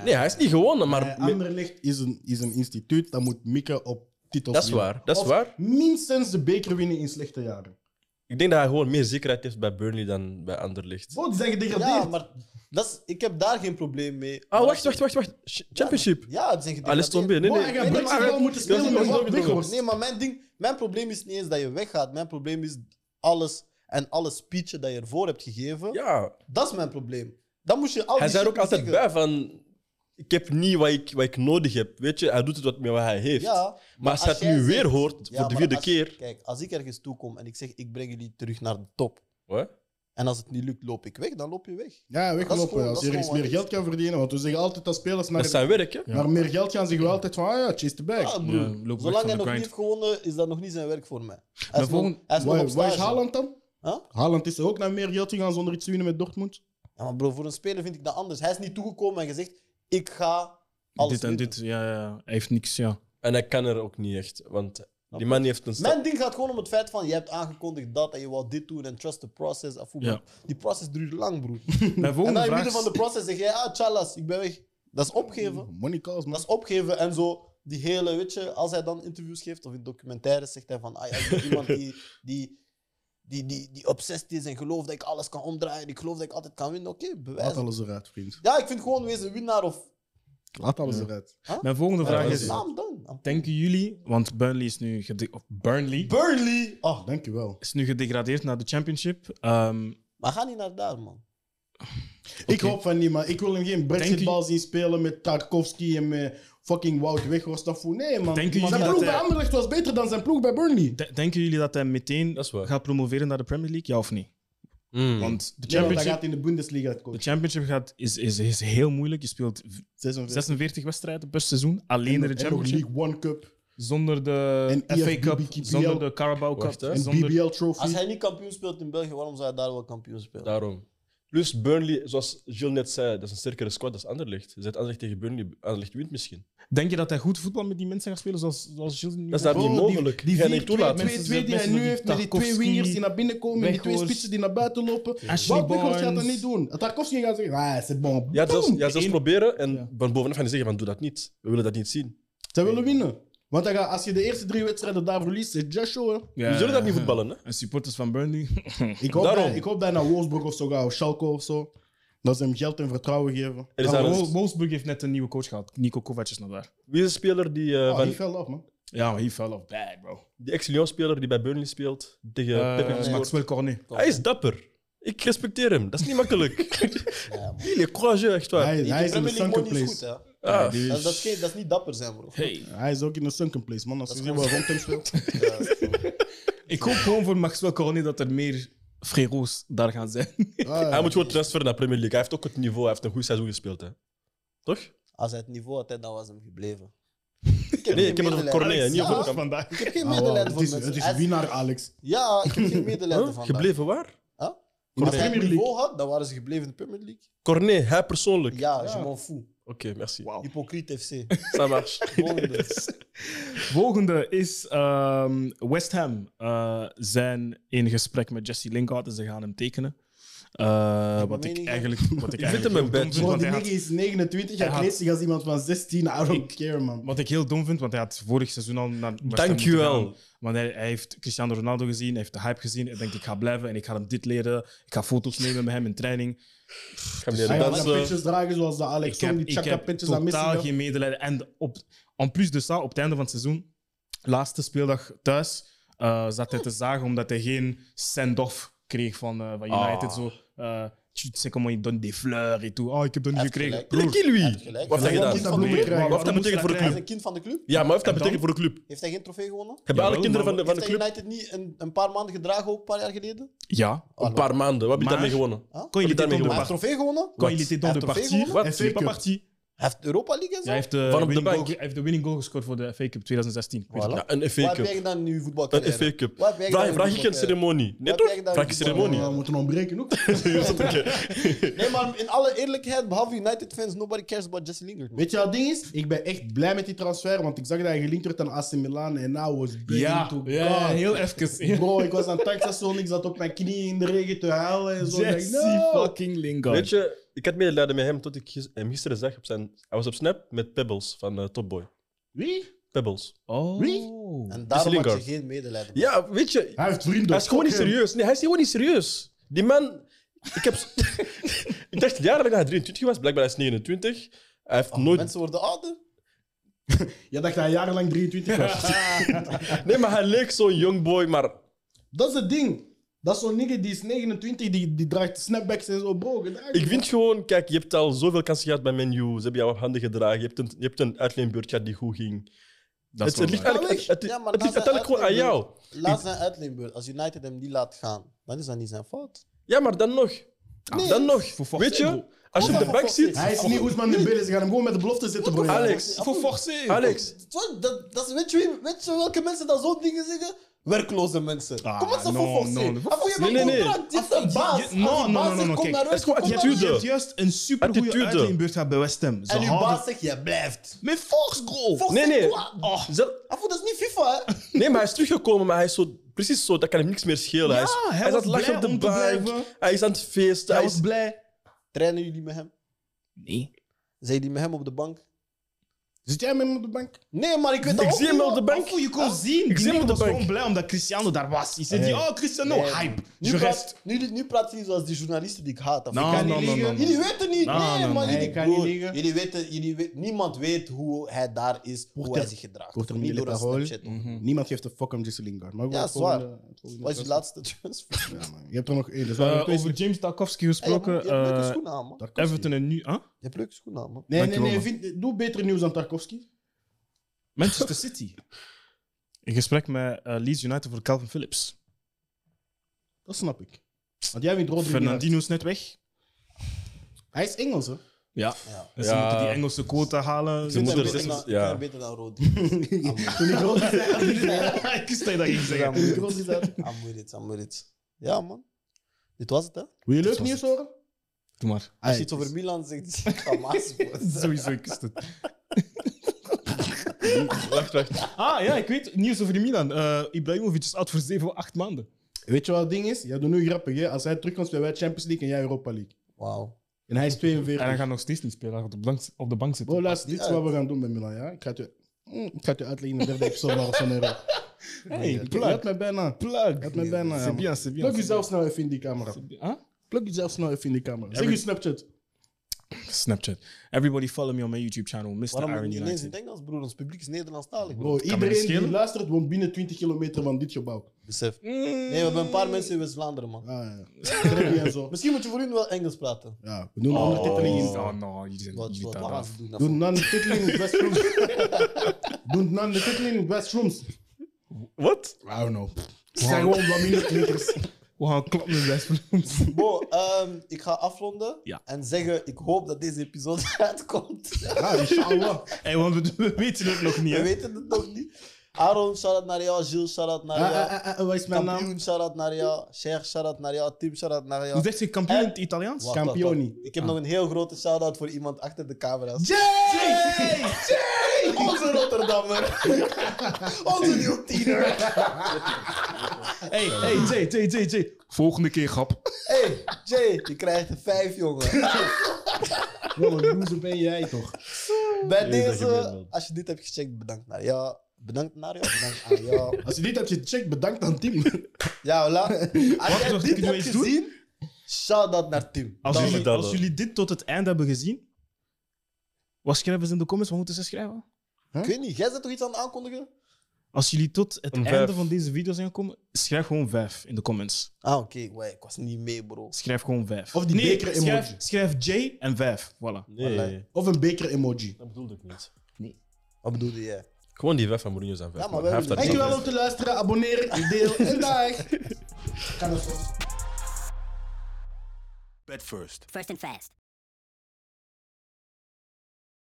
[SPEAKER 5] Nee, hij is niet gewonnen, maar
[SPEAKER 2] Maar Eh, Anderlecht is een, is een instituut dat moet mikken op titels.
[SPEAKER 5] dat is
[SPEAKER 2] winnen.
[SPEAKER 5] waar. Dat is
[SPEAKER 2] Of
[SPEAKER 5] waar.
[SPEAKER 2] Minstens de beker winnen in slechte jaren.
[SPEAKER 5] Ik denk dat hij gewoon meer zekerheid heeft bij Burnley dan bij Anderlecht.
[SPEAKER 2] Zo, die zijn gedegradeerd.
[SPEAKER 1] Ja, maar dat is, ik heb daar geen probleem mee.
[SPEAKER 5] Ah, wacht, wacht, wacht. wacht. Ch- Championship.
[SPEAKER 1] Ja, het zijn
[SPEAKER 5] Alles stond
[SPEAKER 1] gedegradeerd.
[SPEAKER 5] binnen. Nee,
[SPEAKER 2] Boah,
[SPEAKER 5] nee.
[SPEAKER 2] hij
[SPEAKER 1] Nee,
[SPEAKER 2] gaat
[SPEAKER 1] nee,
[SPEAKER 2] Brexit wel
[SPEAKER 1] maar-
[SPEAKER 2] moeten
[SPEAKER 1] dat is
[SPEAKER 2] spelen
[SPEAKER 5] nog
[SPEAKER 2] met
[SPEAKER 5] nooit
[SPEAKER 2] Wout
[SPEAKER 5] bedoeld.
[SPEAKER 2] Weghorst.
[SPEAKER 1] Nee, maar mijn, ding, mijn probleem is niet eens dat je weggaat. Mijn probleem is alles en alle speechen dat je ervoor hebt gegeven.
[SPEAKER 5] Ja,
[SPEAKER 1] Dat is mijn probleem. Dan moest je al
[SPEAKER 5] hij
[SPEAKER 1] die
[SPEAKER 5] zei er
[SPEAKER 1] shit
[SPEAKER 5] ook altijd
[SPEAKER 1] zeggen.
[SPEAKER 5] bij van... Ik heb niet wat ik, wat ik nodig heb. Weet je, hij doet het wat, met wat hij heeft.
[SPEAKER 1] Ja,
[SPEAKER 5] maar als je het
[SPEAKER 1] jij
[SPEAKER 5] nu
[SPEAKER 1] zegt-
[SPEAKER 5] weer hoort,
[SPEAKER 1] Ja,
[SPEAKER 5] voor de
[SPEAKER 1] maar
[SPEAKER 5] vierde
[SPEAKER 1] als-
[SPEAKER 5] keer...
[SPEAKER 1] Kijk, als ik ergens toe kom en ik zeg ik breng jullie terug naar de top.
[SPEAKER 5] Wat?
[SPEAKER 1] En als het niet lukt, loop ik weg, dan loop je weg.
[SPEAKER 2] Ja,
[SPEAKER 1] Dat is
[SPEAKER 2] weglopen.
[SPEAKER 1] gewoon-
[SPEAKER 2] Als
[SPEAKER 1] dat
[SPEAKER 2] je
[SPEAKER 1] is
[SPEAKER 2] ergens
[SPEAKER 1] gewoon
[SPEAKER 2] meer
[SPEAKER 1] wat-
[SPEAKER 2] geld kan verdienen. Want we zeggen altijd dat spelers
[SPEAKER 5] Dat
[SPEAKER 2] naar,
[SPEAKER 5] is zijn werk, hè?
[SPEAKER 7] Ja.
[SPEAKER 2] naar meer geld gaan, zeggen we altijd van, ah ja, chase the
[SPEAKER 1] Ah,
[SPEAKER 2] bag.
[SPEAKER 7] Ja,
[SPEAKER 1] broer. Zolang
[SPEAKER 7] loop weg van
[SPEAKER 1] hij
[SPEAKER 7] de
[SPEAKER 1] nog niet
[SPEAKER 7] grind.
[SPEAKER 1] heeft gewonnen, is dat nog niet zijn werk voor mij. Hij
[SPEAKER 7] Maar
[SPEAKER 1] is, nog,
[SPEAKER 7] volgen-
[SPEAKER 1] hij is nog op
[SPEAKER 2] Waar, waar is
[SPEAKER 1] stage.
[SPEAKER 2] Haaland dan?
[SPEAKER 1] Huh?
[SPEAKER 2] Haaland is er ook naar meer geld gegaan zonder iets te winnen met Dortmund.
[SPEAKER 1] Ja, maar bro, voor een speler vind ik dat anders. Hij is niet toegekomen en gezegd, ik ga alles
[SPEAKER 7] Dit en
[SPEAKER 1] winnen.
[SPEAKER 7] dit, ja, ja. Hij heeft niks, ja.
[SPEAKER 5] En hij kan er ook niet echt. Want die man heeft een... sta-
[SPEAKER 1] Mijn ding gaat gewoon om het feit van, je hebt aangekondigd dat en je wou dit doen en trust the process. En voetbal.
[SPEAKER 7] Ja.
[SPEAKER 1] Die process duurt lang, broer.
[SPEAKER 7] Mijn
[SPEAKER 1] en
[SPEAKER 7] volgende
[SPEAKER 1] dan in het
[SPEAKER 7] vraag...
[SPEAKER 1] midden van de process zeg je, ah, tjallas, ik ben weg. Dat is opgeven.
[SPEAKER 2] Money calls,
[SPEAKER 1] Dat
[SPEAKER 2] man.
[SPEAKER 1] is opgeven en zo. Die hele, weet je, als hij dan interviews geeft of in documentaires zegt hij van, ah ja, ik ben iemand die, die, die, die, die obsessed is en gelooft dat ik alles kan omdraaien, ik geloof dat ik altijd kan winnen. Oké, bewijs.
[SPEAKER 2] Laat alles eruit, vriend.
[SPEAKER 1] Ja, ik vind gewoon, wees een winnaar of...
[SPEAKER 2] Laat alles
[SPEAKER 7] Ja.
[SPEAKER 2] eruit.
[SPEAKER 7] Mijn volgende
[SPEAKER 1] Ja,
[SPEAKER 7] vraag
[SPEAKER 5] dat
[SPEAKER 1] dat
[SPEAKER 5] is-
[SPEAKER 7] is...
[SPEAKER 1] I'm done.
[SPEAKER 7] Denken jullie, want Burnley is nu... gede- Of Burnley
[SPEAKER 1] Burnley! Oh,
[SPEAKER 2] Dankjewel.
[SPEAKER 7] is nu gedegradeerd naar de championship. Ehm,
[SPEAKER 1] maar ga niet naar daar, man.
[SPEAKER 2] Ik hoop van niet, man. Ik wil hem geen Brexitbal zien spelen met Tarkovsky en met fucking Wout Weghorst of hoe. Nee, man.
[SPEAKER 7] Denken jullie
[SPEAKER 2] zijn
[SPEAKER 7] dat
[SPEAKER 2] ploeg bij
[SPEAKER 7] hij-
[SPEAKER 2] Anderlecht was beter dan zijn ploeg bij Burnley.
[SPEAKER 7] de- denken jullie dat hij meteen
[SPEAKER 5] Dat is waar.
[SPEAKER 7] gaat promoveren naar de Premier League? Ja of niet?
[SPEAKER 2] Nee,
[SPEAKER 5] Mm.
[SPEAKER 7] Want de
[SPEAKER 2] want hij
[SPEAKER 7] championship,
[SPEAKER 2] gaat in de Bundesliga
[SPEAKER 7] de
[SPEAKER 2] coachen.
[SPEAKER 7] championship gaat, is, is, is heel moeilijk. Je speelt v-
[SPEAKER 2] 46.
[SPEAKER 7] 46 wedstrijden per seizoen. Alleen in de
[SPEAKER 2] Dus- En nog
[SPEAKER 7] championship.
[SPEAKER 2] League One Cup.
[SPEAKER 7] Zonder de
[SPEAKER 2] En
[SPEAKER 7] FA
[SPEAKER 2] EFB,
[SPEAKER 7] Cup,
[SPEAKER 2] BBL.
[SPEAKER 7] zonder de Carabao
[SPEAKER 5] Wacht,
[SPEAKER 7] Cup.
[SPEAKER 5] hè.
[SPEAKER 2] En
[SPEAKER 7] zonder-
[SPEAKER 2] BBL Trophy.
[SPEAKER 1] Als hij niet kampioen speelt in België, waarom zou hij daar wel kampioen spelen?
[SPEAKER 5] Daarom. Plus Burnley, zoals Gilles net zei, dat is een sterkere squad als Anderlecht. Zet Anderlecht tegen Burnley, Anderlecht wint misschien.
[SPEAKER 7] Denk je dat hij goed voetbal met die mensen gaat spelen, zoals, zoals Gilles nu
[SPEAKER 5] Dat is daar
[SPEAKER 7] ook-
[SPEAKER 5] niet
[SPEAKER 2] die-
[SPEAKER 5] mogelijk.
[SPEAKER 7] die
[SPEAKER 5] Die gaan
[SPEAKER 7] vier-
[SPEAKER 5] niet toelaten.
[SPEAKER 7] mensen-
[SPEAKER 2] twee, twee die hij
[SPEAKER 7] mensen
[SPEAKER 2] nu
[SPEAKER 7] die
[SPEAKER 2] heeft, met die twee
[SPEAKER 7] Tarkovsky,
[SPEAKER 2] wingers die naar binnen komen, en die twee
[SPEAKER 7] Weghorst.
[SPEAKER 2] spitsen die naar buiten lopen.
[SPEAKER 7] Ashley
[SPEAKER 2] Wout Weghorst gaat dat
[SPEAKER 7] Barnes.
[SPEAKER 2] niet doen. Tarkovsky gaat zeggen, ah, c'est bon.
[SPEAKER 5] Ja, zelfs,
[SPEAKER 2] Boom.
[SPEAKER 5] ja, zelfs
[SPEAKER 7] Eén-
[SPEAKER 5] proberen en
[SPEAKER 7] Ja.
[SPEAKER 5] van bovenaf gaan die zeggen van doe dat niet. We willen dat niet zien.
[SPEAKER 2] Zij willen winnen. Want hij gaat- als je de eerste drie wedstrijden daar verliest, is het just show. hè.
[SPEAKER 7] Ja,
[SPEAKER 5] We zullen dat
[SPEAKER 7] ja,
[SPEAKER 5] niet
[SPEAKER 7] ja.
[SPEAKER 5] voetballen, hè?
[SPEAKER 7] En supporters van Burnley.
[SPEAKER 2] Ik hoop,
[SPEAKER 5] Daarom.
[SPEAKER 2] dat, ik hoop dat hij naar Wolfsburg of zo gaat, of Schalke of zo. Dat ze hem geld en vertrouwen geven.
[SPEAKER 5] Er is
[SPEAKER 7] Maar
[SPEAKER 5] daar
[SPEAKER 7] Wol-
[SPEAKER 5] een-
[SPEAKER 7] Wolfsburg heeft net een nieuwe coach gehad. Nico Kovac is nog daar.
[SPEAKER 5] Wie is de speler die, eh,
[SPEAKER 2] Ah,
[SPEAKER 5] van-
[SPEAKER 2] die geld af, man.
[SPEAKER 7] Ja, maar he fell off bad, bro.
[SPEAKER 5] die ex-Lyon-speler die bij Burnley speelt tegen
[SPEAKER 7] Eh,
[SPEAKER 5] Pep heeft gescoord?
[SPEAKER 7] Maxwell Cornet.
[SPEAKER 5] Hij is dapper. Ik respecteer hem. Dat is niet makkelijk.
[SPEAKER 1] Ja, man.
[SPEAKER 5] Il est courageux, echt waar.
[SPEAKER 2] Hij,
[SPEAKER 1] Die
[SPEAKER 2] hij is in de
[SPEAKER 1] Premier League
[SPEAKER 2] sunken
[SPEAKER 1] money is goed,
[SPEAKER 2] place.
[SPEAKER 1] hè.
[SPEAKER 5] Ah,
[SPEAKER 7] die
[SPEAKER 1] Dat, dat, is geen- dat is niet dapper zijn, bro.
[SPEAKER 2] Hij is ook in de sunken place, man. Als
[SPEAKER 1] Dat
[SPEAKER 2] je
[SPEAKER 1] is
[SPEAKER 2] ziet waar rond hem speelt.
[SPEAKER 1] Ja,
[SPEAKER 7] Ik hoop gewoon voor Maxwell Cornet dat er meer frero's daar gaan zijn.
[SPEAKER 2] Ah,
[SPEAKER 5] Hij moet gewoon transferen naar Premier League. Hij heeft ook het niveau. Hij heeft een goed seizoen gespeeld. Hè. Toch?
[SPEAKER 1] Als hij het niveau had, hè, dan was hem gebleven.
[SPEAKER 5] Nee, ik heb het over Corneille. Niet over
[SPEAKER 1] Ja,
[SPEAKER 5] Kamp.
[SPEAKER 7] vandaag.
[SPEAKER 1] ik heb geen
[SPEAKER 2] Ah, wauw.
[SPEAKER 1] medelijden
[SPEAKER 2] Het
[SPEAKER 1] voor
[SPEAKER 2] is,
[SPEAKER 1] mensen.
[SPEAKER 2] het
[SPEAKER 1] Hij
[SPEAKER 2] is
[SPEAKER 1] is-
[SPEAKER 2] winnaar, Alex.
[SPEAKER 1] Ja, ik heb geen medelijden van
[SPEAKER 5] Huh?
[SPEAKER 1] dat.
[SPEAKER 5] Gebleven waar?
[SPEAKER 2] In de
[SPEAKER 1] Als hij het
[SPEAKER 2] Premier League.
[SPEAKER 1] niveau had, dan waren ze gebleven in de Premier League.
[SPEAKER 5] Corné, hij persoonlijk.
[SPEAKER 1] Ja, je m'en fout.
[SPEAKER 5] Oké, merci.
[SPEAKER 7] Wauw.
[SPEAKER 1] Hypocriet FC.
[SPEAKER 5] Ça marche.
[SPEAKER 1] Volgende.
[SPEAKER 7] Volgende is ehm, West Ham. eh, zijn in gesprek met Jesse Lingard en ze gaan hem tekenen. Eh, wat ik
[SPEAKER 1] mening,
[SPEAKER 7] eigenlijk. Wat ik,
[SPEAKER 5] Ik vind
[SPEAKER 7] eigenlijk
[SPEAKER 5] hem een bad
[SPEAKER 7] heel dom vind,
[SPEAKER 2] Bro,
[SPEAKER 7] want
[SPEAKER 2] die
[SPEAKER 7] hij had-
[SPEAKER 2] nigger is 29. Hij
[SPEAKER 7] Hij
[SPEAKER 2] kleedt zich als iemand van 16. I don't care, man.
[SPEAKER 7] Wat ik heel dom vind, want hij had vorig seizoen al naar West Ham moeten gaan.
[SPEAKER 5] Dankjewel.
[SPEAKER 7] Want hij, hij heeft Cristiano Ronaldo gezien, hij heeft de hype gezien. Hij denkt, ik ga blijven en ik ga hem dit leren. Ik ga foto's nemen met hem in training.
[SPEAKER 5] Ik ga
[SPEAKER 2] Hij
[SPEAKER 5] hem leren
[SPEAKER 2] gaat
[SPEAKER 5] dansen.
[SPEAKER 2] dan pintjes dragen zoals de Alex.
[SPEAKER 7] eh, Ik
[SPEAKER 2] Som,
[SPEAKER 7] heb,
[SPEAKER 2] die
[SPEAKER 7] ik heb
[SPEAKER 2] chaka-pintjes aan Messi.
[SPEAKER 7] totaal
[SPEAKER 2] gaf.
[SPEAKER 7] geen medelijden. En op, en plus de dat, op het einde van het seizoen, laatste speeldag thuis, eh, zat hij te zagen omdat hij geen send-off kreeg van, eh, van United.
[SPEAKER 5] Ah.
[SPEAKER 7] Zo, eh tu sais comment il donne des fleurs et tout. Oh, ik heb dat
[SPEAKER 1] Hij
[SPEAKER 7] niet
[SPEAKER 1] heeft gelijk.
[SPEAKER 7] gekregen. Broer,
[SPEAKER 5] Lekker
[SPEAKER 1] Hij
[SPEAKER 5] lui.
[SPEAKER 1] heeft gelijk.
[SPEAKER 5] Wat heb je
[SPEAKER 2] Hij
[SPEAKER 5] gedaan?
[SPEAKER 2] moet dat bloemen
[SPEAKER 7] Nee,
[SPEAKER 2] krijgen.
[SPEAKER 5] Wat dat betekent voor de
[SPEAKER 1] Hij is
[SPEAKER 5] club.
[SPEAKER 1] een kind van de club.
[SPEAKER 5] Ja, maar wat
[SPEAKER 7] En
[SPEAKER 5] dat betekent
[SPEAKER 7] dan?
[SPEAKER 5] voor de club?
[SPEAKER 1] Heeft hij geen trofee gewonnen?
[SPEAKER 5] Hebben alle
[SPEAKER 7] Jawel,
[SPEAKER 5] kinderen van de, van de
[SPEAKER 1] Heeft hij
[SPEAKER 5] club
[SPEAKER 1] United niet een, een paar maanden gedragen, ook een paar jaar geleden?
[SPEAKER 7] Ja.
[SPEAKER 5] een paar maanden? Wat heb je
[SPEAKER 7] Maar-
[SPEAKER 5] daarmee gewonnen?
[SPEAKER 1] Huh?
[SPEAKER 7] Kon je
[SPEAKER 5] je
[SPEAKER 7] dit
[SPEAKER 5] daarmee
[SPEAKER 7] onder
[SPEAKER 1] Hij
[SPEAKER 5] Wat?
[SPEAKER 1] heeft trofee gewonnen?
[SPEAKER 7] Quand
[SPEAKER 5] Wat?
[SPEAKER 7] il était dans
[SPEAKER 1] Hij
[SPEAKER 7] de
[SPEAKER 1] heeft trofee
[SPEAKER 7] partie,
[SPEAKER 5] gewonnen?
[SPEAKER 7] hij
[SPEAKER 2] Wat?
[SPEAKER 7] is pas partie.
[SPEAKER 1] Hij heeft Europa League en zo?
[SPEAKER 7] Hij heeft de,
[SPEAKER 5] Van op de
[SPEAKER 7] winning
[SPEAKER 5] bank.
[SPEAKER 7] goal, ge- hij heeft de winning goal gescoord voor de FA Cup 2016. Ik weet het
[SPEAKER 1] Voilà.
[SPEAKER 7] niet.
[SPEAKER 5] Ja, een FA
[SPEAKER 1] Waar heb jij
[SPEAKER 5] Cup.
[SPEAKER 1] gedaan in je voetbalcarrière?
[SPEAKER 5] Een FA Cup.
[SPEAKER 1] Waar heb jij
[SPEAKER 5] Vraag,
[SPEAKER 1] gedaan
[SPEAKER 5] vraag
[SPEAKER 1] in je
[SPEAKER 5] ik een
[SPEAKER 1] voetbalcarrière?
[SPEAKER 5] ceremonie? Nee
[SPEAKER 1] Wat heb
[SPEAKER 5] toch?
[SPEAKER 1] jij gedaan
[SPEAKER 5] Vraag ik een
[SPEAKER 1] met die bal?
[SPEAKER 5] ceremonie?
[SPEAKER 2] Ja, Eh, We moeten ontbreken ook.
[SPEAKER 1] Nee, maar in alle eerlijkheid, behalve United fans, nobody cares about Jesse Lingard. man.
[SPEAKER 2] Weet je wat het ding is? Ik ben echt blij met die transfer, want ik zag dat hij gelinkt werd aan AC Milan en now was begging to
[SPEAKER 7] Ja,
[SPEAKER 2] God.
[SPEAKER 7] ja, heel even.
[SPEAKER 2] Bro, ik was aan Texas Zone, ik zat op mijn knieën in de regen te huilen en zo. Ik dacht,
[SPEAKER 7] Jesse
[SPEAKER 2] no.
[SPEAKER 7] fucking Lingard.
[SPEAKER 5] Weet je, ik had medelijden met hem tot ik gis- hem gisteren zag op zijn... Hij was op Snap met Pebbles van eh, Top Boy.
[SPEAKER 2] Wie?
[SPEAKER 5] Pebbles.
[SPEAKER 7] Oh.
[SPEAKER 2] Wie?
[SPEAKER 1] En daarom had je
[SPEAKER 5] Lingard.
[SPEAKER 1] geen medelijden. man.
[SPEAKER 5] Ja, weet je,
[SPEAKER 7] Ah,
[SPEAKER 2] Hij heeft vrienden.
[SPEAKER 5] hij is gewoon niet
[SPEAKER 2] Fuck hem.
[SPEAKER 5] serieus. Nee, hij is gewoon niet serieus. Die man, ik heb... ik dacht jaren dat hij 23 was, blijkbaar hij is 29. Hij heeft
[SPEAKER 1] Ah,
[SPEAKER 5] nooit...
[SPEAKER 1] Mensen worden ouder.
[SPEAKER 2] Jij dacht dat hij jarenlang 23 was.
[SPEAKER 5] Nee, maar hij leek zo'n young boy, maar...
[SPEAKER 2] dat is het ding. Dat is zo'n nigger die is 29, die, die draagt snapbacks en zo. Bro, gedraag je.
[SPEAKER 5] Ik vind gewoon, kijk, je hebt al zoveel kansen gehad bij Man U. Ze hebben jou op handen gedragen. Je hebt een, je hebt een uitleenbeurt gehad die goed ging.
[SPEAKER 7] Dat
[SPEAKER 5] het, het ligt
[SPEAKER 1] waar.
[SPEAKER 5] eigenlijk, het,
[SPEAKER 1] Ja, maar
[SPEAKER 5] het ligt
[SPEAKER 1] na zijn
[SPEAKER 5] uiteindelijk gewoon aan jou.
[SPEAKER 1] uitleenbeurt- Laat zijn uitleenbeurt. Als United hem niet laat gaan, dan is dat niet zijn fout.
[SPEAKER 5] Ja, maar dan nog.
[SPEAKER 1] Nee.
[SPEAKER 5] Dan nog.
[SPEAKER 7] Voor Forza,
[SPEAKER 5] Weet je,
[SPEAKER 7] bro.
[SPEAKER 5] als je op de
[SPEAKER 1] Voor
[SPEAKER 5] bank
[SPEAKER 1] Forza.
[SPEAKER 5] zit...
[SPEAKER 2] Hij is
[SPEAKER 7] Oh.
[SPEAKER 2] niet Oesman de Billis. Ze gaan hem gewoon met de belofte zitten, bro.
[SPEAKER 5] Alex,
[SPEAKER 1] Voor
[SPEAKER 7] forcé.
[SPEAKER 5] Alex,
[SPEAKER 1] Zo, Dat, dat is, weet, je, wie- weet je welke mensen dat zo'n dingen zeggen? Werkloze mensen.
[SPEAKER 7] Ah,
[SPEAKER 1] Kom eens even
[SPEAKER 7] no,
[SPEAKER 1] voor
[SPEAKER 7] no,
[SPEAKER 1] zien.
[SPEAKER 7] no.
[SPEAKER 1] Afvoer je
[SPEAKER 5] Nee,
[SPEAKER 1] bent
[SPEAKER 5] nee, nee.
[SPEAKER 1] contract, je hebt een baas. Als die
[SPEAKER 7] No, no,
[SPEAKER 1] baas
[SPEAKER 7] no,
[SPEAKER 1] zegt,
[SPEAKER 7] no,
[SPEAKER 1] kom
[SPEAKER 7] kijk,
[SPEAKER 1] naar
[SPEAKER 7] het
[SPEAKER 1] huis,
[SPEAKER 7] is
[SPEAKER 5] gewoon
[SPEAKER 1] kom naar
[SPEAKER 5] attitude.
[SPEAKER 1] huis.
[SPEAKER 7] Je hebt juist een supergoeie
[SPEAKER 5] Attitude.
[SPEAKER 7] uitleenbeurt gehad bij West Ham. Ze
[SPEAKER 1] En uw
[SPEAKER 7] hadden-
[SPEAKER 1] baas zegt, je blijft.
[SPEAKER 7] Met volgens goal.
[SPEAKER 1] Volgens
[SPEAKER 5] Nee, nee.
[SPEAKER 1] toi.
[SPEAKER 5] Zel-
[SPEAKER 1] Afvoer, dat is niet FIFA, hè?
[SPEAKER 5] Nee, maar hij is teruggekomen, maar hij is zo, precies zo, dat kan hem niks meer schelen. hij, is,
[SPEAKER 7] Ja, hij
[SPEAKER 5] hij zat
[SPEAKER 7] was
[SPEAKER 5] lachen
[SPEAKER 7] blij
[SPEAKER 5] op de
[SPEAKER 7] om te
[SPEAKER 5] bank,
[SPEAKER 7] blijven.
[SPEAKER 5] hij is aan het feesten.
[SPEAKER 7] Hij
[SPEAKER 5] Hij
[SPEAKER 7] was
[SPEAKER 5] is...
[SPEAKER 7] blij.
[SPEAKER 1] Trainen jullie met hem?
[SPEAKER 7] Nee.
[SPEAKER 1] Zijn jullie met hem op de bank?
[SPEAKER 2] Zit jij met hem op de bank? Ah,
[SPEAKER 1] Nee, maar ik weet
[SPEAKER 5] Ik
[SPEAKER 1] dat ook
[SPEAKER 5] zie
[SPEAKER 1] niet,
[SPEAKER 5] hem
[SPEAKER 1] man.
[SPEAKER 5] op de bank.
[SPEAKER 7] je kon zien,
[SPEAKER 5] Ik
[SPEAKER 7] die
[SPEAKER 5] zie hem
[SPEAKER 7] man
[SPEAKER 5] op de
[SPEAKER 7] was
[SPEAKER 5] bank.
[SPEAKER 7] gewoon blij omdat Cristiano daar was. Hij zei,
[SPEAKER 2] Hey.
[SPEAKER 7] oh, Cristiano,
[SPEAKER 1] Nee, man.
[SPEAKER 7] hype.
[SPEAKER 1] Nu
[SPEAKER 7] Je
[SPEAKER 1] praat-
[SPEAKER 7] rest.
[SPEAKER 1] Nu, nu praat hij zoals die journalisten die ik haat. Of ik
[SPEAKER 7] Nou,
[SPEAKER 1] kan niet
[SPEAKER 7] nou, nou,
[SPEAKER 1] liegen.
[SPEAKER 7] nou, nou.
[SPEAKER 1] Jullie weten niet.
[SPEAKER 7] Nou,
[SPEAKER 1] nee, man.
[SPEAKER 7] nou, nou.
[SPEAKER 1] jullie,
[SPEAKER 2] Ik kan niet
[SPEAKER 1] broer,
[SPEAKER 2] liegen.
[SPEAKER 1] jullie weten, jullie weten, niemand weet hoe hij daar is, hoe
[SPEAKER 2] Porter-
[SPEAKER 1] hij zich gedraagt.
[SPEAKER 2] Porter
[SPEAKER 1] niet door een
[SPEAKER 2] Mille-Parole.
[SPEAKER 1] Snapchat.
[SPEAKER 7] Mhm.
[SPEAKER 2] Niemand geeft een fuck om Jesse Lingard. Maar we
[SPEAKER 1] Ja,
[SPEAKER 2] gaan eh,
[SPEAKER 1] zwaar.
[SPEAKER 2] volgende- het volgende
[SPEAKER 1] Wat is je
[SPEAKER 2] transfer.
[SPEAKER 1] laatste transfer?
[SPEAKER 2] Ja, man. Je hebt er nog één. Dus
[SPEAKER 7] Eh,
[SPEAKER 2] we hebben twee
[SPEAKER 7] over James Tarkovsky
[SPEAKER 1] Hey, je, hebt,
[SPEAKER 7] gesproken.
[SPEAKER 1] je hebt leuke
[SPEAKER 7] eh,
[SPEAKER 1] schoenen aan, man.
[SPEAKER 2] Tarkovsky.
[SPEAKER 7] Everton en nu... Huh?
[SPEAKER 1] Je hebt leuke schoenen aan, man.
[SPEAKER 2] Nee, nee,
[SPEAKER 7] Dankjewel,
[SPEAKER 2] nee.
[SPEAKER 7] man.
[SPEAKER 2] Vind, doe beter nieuws dan Tarkovsky.
[SPEAKER 7] Manchester City. In gesprek met eh, Leeds United voor Calvin Phillips.
[SPEAKER 2] Dat snap ik. Want jij vindt Rodri niet uit.
[SPEAKER 7] Fernandino is net weg.
[SPEAKER 2] Hij is Engels, hè?
[SPEAKER 7] Ja.
[SPEAKER 1] Ja.
[SPEAKER 7] Dus ze
[SPEAKER 5] Ja.
[SPEAKER 7] moeten die Engelse quota halen.
[SPEAKER 5] Ze
[SPEAKER 1] Ik vind
[SPEAKER 5] moeten
[SPEAKER 1] hem
[SPEAKER 5] er
[SPEAKER 1] beter
[SPEAKER 5] zes-
[SPEAKER 1] dan- ik
[SPEAKER 5] ja.
[SPEAKER 1] vind hem beter dan Rodri.
[SPEAKER 2] Toen ik Rodri zei, had ik gezegd,
[SPEAKER 7] Ik wist dat je dat ging
[SPEAKER 1] Ja,
[SPEAKER 7] zeggen.
[SPEAKER 2] toen ik Rodri zei.
[SPEAKER 1] I'm with it, I'm with it. Ja, man. Dit was het, hè?
[SPEAKER 2] Wil je leuk
[SPEAKER 7] was
[SPEAKER 2] nieuws
[SPEAKER 7] het.
[SPEAKER 2] horen?
[SPEAKER 7] Doe maar.
[SPEAKER 1] Als je iets over Milan zegt, is het van Maas.
[SPEAKER 7] Sowieso, ik wist het.
[SPEAKER 5] Wacht, wacht.
[SPEAKER 7] Ah ja, ik weet nieuws over die Milan. Eh, Ibrahimovic is oud voor 7 of 8 maanden.
[SPEAKER 2] Weet je wat het ding is? Jij doet nu grappig, hè? Als hij terugkomt, spelen wij Champions League en jij Europa League.
[SPEAKER 1] Wauw.
[SPEAKER 2] En hij is
[SPEAKER 7] En hij
[SPEAKER 2] 42.
[SPEAKER 7] gaat nog steeds niet spelen. Hij gaat op de bank, op de bank zitten.
[SPEAKER 2] Bro, luister, dit
[SPEAKER 1] niet
[SPEAKER 2] is wat we gaan doen bij Milan, ja? Ik ga het je, Mm, ik ga het je uitleggen in de derde episode van Rossonero.
[SPEAKER 7] hey,
[SPEAKER 2] Ik- Je
[SPEAKER 7] plug.
[SPEAKER 2] hebt mij bijna.
[SPEAKER 7] Plug.
[SPEAKER 2] Je hebt mij bijna, ja,
[SPEAKER 7] C'est
[SPEAKER 2] man.
[SPEAKER 7] bien, c'est bien.
[SPEAKER 2] Plug jezelf snel even in die camera.
[SPEAKER 7] C'est bien. Huh?
[SPEAKER 2] Plug jezelf snel even in die camera. Zeg
[SPEAKER 5] Every-
[SPEAKER 2] je Snapchat.
[SPEAKER 7] Snapchat. Everybody follow me on my YouTube channel, Mr.
[SPEAKER 1] Waarom moet
[SPEAKER 7] Aaron
[SPEAKER 1] je niet ineens in het
[SPEAKER 7] United.
[SPEAKER 1] Engels, broer? Ons publiek is Nederlandstalig,
[SPEAKER 2] Bro,
[SPEAKER 1] broer.
[SPEAKER 7] me niet
[SPEAKER 2] iedereen die
[SPEAKER 7] schelen.
[SPEAKER 2] luistert woont binnen 20 kilometer van dit gebouw.
[SPEAKER 1] Besef. Nee, we hebben een paar mensen in West-Vlaanderen, man.
[SPEAKER 2] Ah, ja. Treppie en zo.
[SPEAKER 1] Misschien moet je voor hun wel Engels praten.
[SPEAKER 2] Ja, we doen een ondertiteling in.
[SPEAKER 7] Oh, no, jullie zijn
[SPEAKER 1] Wat,
[SPEAKER 7] jullie
[SPEAKER 1] wat,
[SPEAKER 7] zijn
[SPEAKER 1] wat gaan
[SPEAKER 7] af.
[SPEAKER 1] ze doen?
[SPEAKER 2] Doen
[SPEAKER 1] daarvoor?
[SPEAKER 2] non-titeling in restrooms. Doen non-titeling in restrooms. I
[SPEAKER 7] Wat?
[SPEAKER 2] don't know. Het zijn gewoon blamine klinkers.
[SPEAKER 7] We gaan klappen met West
[SPEAKER 1] Bo, ehm, ik ga afronden
[SPEAKER 7] Ja.
[SPEAKER 1] en zeggen: ik hoop dat deze episode uitkomt.
[SPEAKER 2] Ja, Ah, inshallah.
[SPEAKER 7] Hey, want we, we weten het nog niet,
[SPEAKER 1] We
[SPEAKER 7] hè?
[SPEAKER 1] weten het nog niet. Aaron, shout-out naar jou. Gilles, shout-out naar
[SPEAKER 2] Ah,
[SPEAKER 1] jou.
[SPEAKER 2] ah, ah, ah, Wat is mijn naam?
[SPEAKER 1] Kampioen, shout-out naar jou. Sheikh, shout-out naar jou. Tim, shout-out naar jou.
[SPEAKER 7] Hoe zegt ze kampioen in het Italiaans?
[SPEAKER 1] Wacht,
[SPEAKER 2] Campioni.
[SPEAKER 1] wacht, wacht. Ik heb nog een heel grote shout-out voor iemand achter de camera's.
[SPEAKER 2] Jay!
[SPEAKER 1] Onze Rotterdammer. Onze nieuwe tiener.
[SPEAKER 7] Hey, hey, Jay, Jay, Jay, Jay. Volgende keer, grap.
[SPEAKER 1] Hey, Jay, je krijgt een vijf, jongen.
[SPEAKER 2] Wat een loser ben jij toch?
[SPEAKER 1] Bij
[SPEAKER 5] Jezus, dat gebeurt
[SPEAKER 1] deze,
[SPEAKER 5] wel.
[SPEAKER 1] als je dit hebt gecheckt, bedankt naar jou. Bedankt naar jou, bedankt aan jou.
[SPEAKER 2] Als je dit hebt gecheckt, bedankt aan Tim.
[SPEAKER 1] Ja, voilà. Als jij
[SPEAKER 7] wacht,
[SPEAKER 1] dit
[SPEAKER 7] kunnen we
[SPEAKER 1] hebt
[SPEAKER 7] iets doen?
[SPEAKER 1] gezien, shout-out naar Tim.
[SPEAKER 7] Als
[SPEAKER 5] Dan
[SPEAKER 7] jullie,
[SPEAKER 5] vertellen.
[SPEAKER 7] als jullie dit tot het eind hebben gezien, wat schrijven ze in de comments? Wat moeten ze schrijven?
[SPEAKER 1] Ik weet niet, jij bent toch iets aan het aankondigen?
[SPEAKER 7] Als jullie tot het
[SPEAKER 5] Een
[SPEAKER 7] einde
[SPEAKER 5] vijf.
[SPEAKER 7] van deze video zijn gekomen, schrijf gewoon vijf in de comments.
[SPEAKER 1] Ah, oké, ouais, ik was niet mee, bro.
[SPEAKER 7] Schrijf gewoon vijf.
[SPEAKER 2] Of die
[SPEAKER 7] nee,
[SPEAKER 2] beker emoji.
[SPEAKER 7] schrijf, schrijf J en vijf. Voilà.
[SPEAKER 5] Nee,
[SPEAKER 2] Of een beker emoji.
[SPEAKER 5] dat bedoelde ik niet.
[SPEAKER 1] Wat bedoelde jij?
[SPEAKER 5] Gewoon die vijf van Mourinho zijn vijf.
[SPEAKER 1] Ja, maar
[SPEAKER 5] man.
[SPEAKER 1] wij
[SPEAKER 5] Hij heeft dat
[SPEAKER 1] hebben
[SPEAKER 5] niet
[SPEAKER 2] Dankjewel om
[SPEAKER 5] gezien.
[SPEAKER 2] te luisteren, abonneer, deel en dag. Kan het zo.
[SPEAKER 3] First and fast.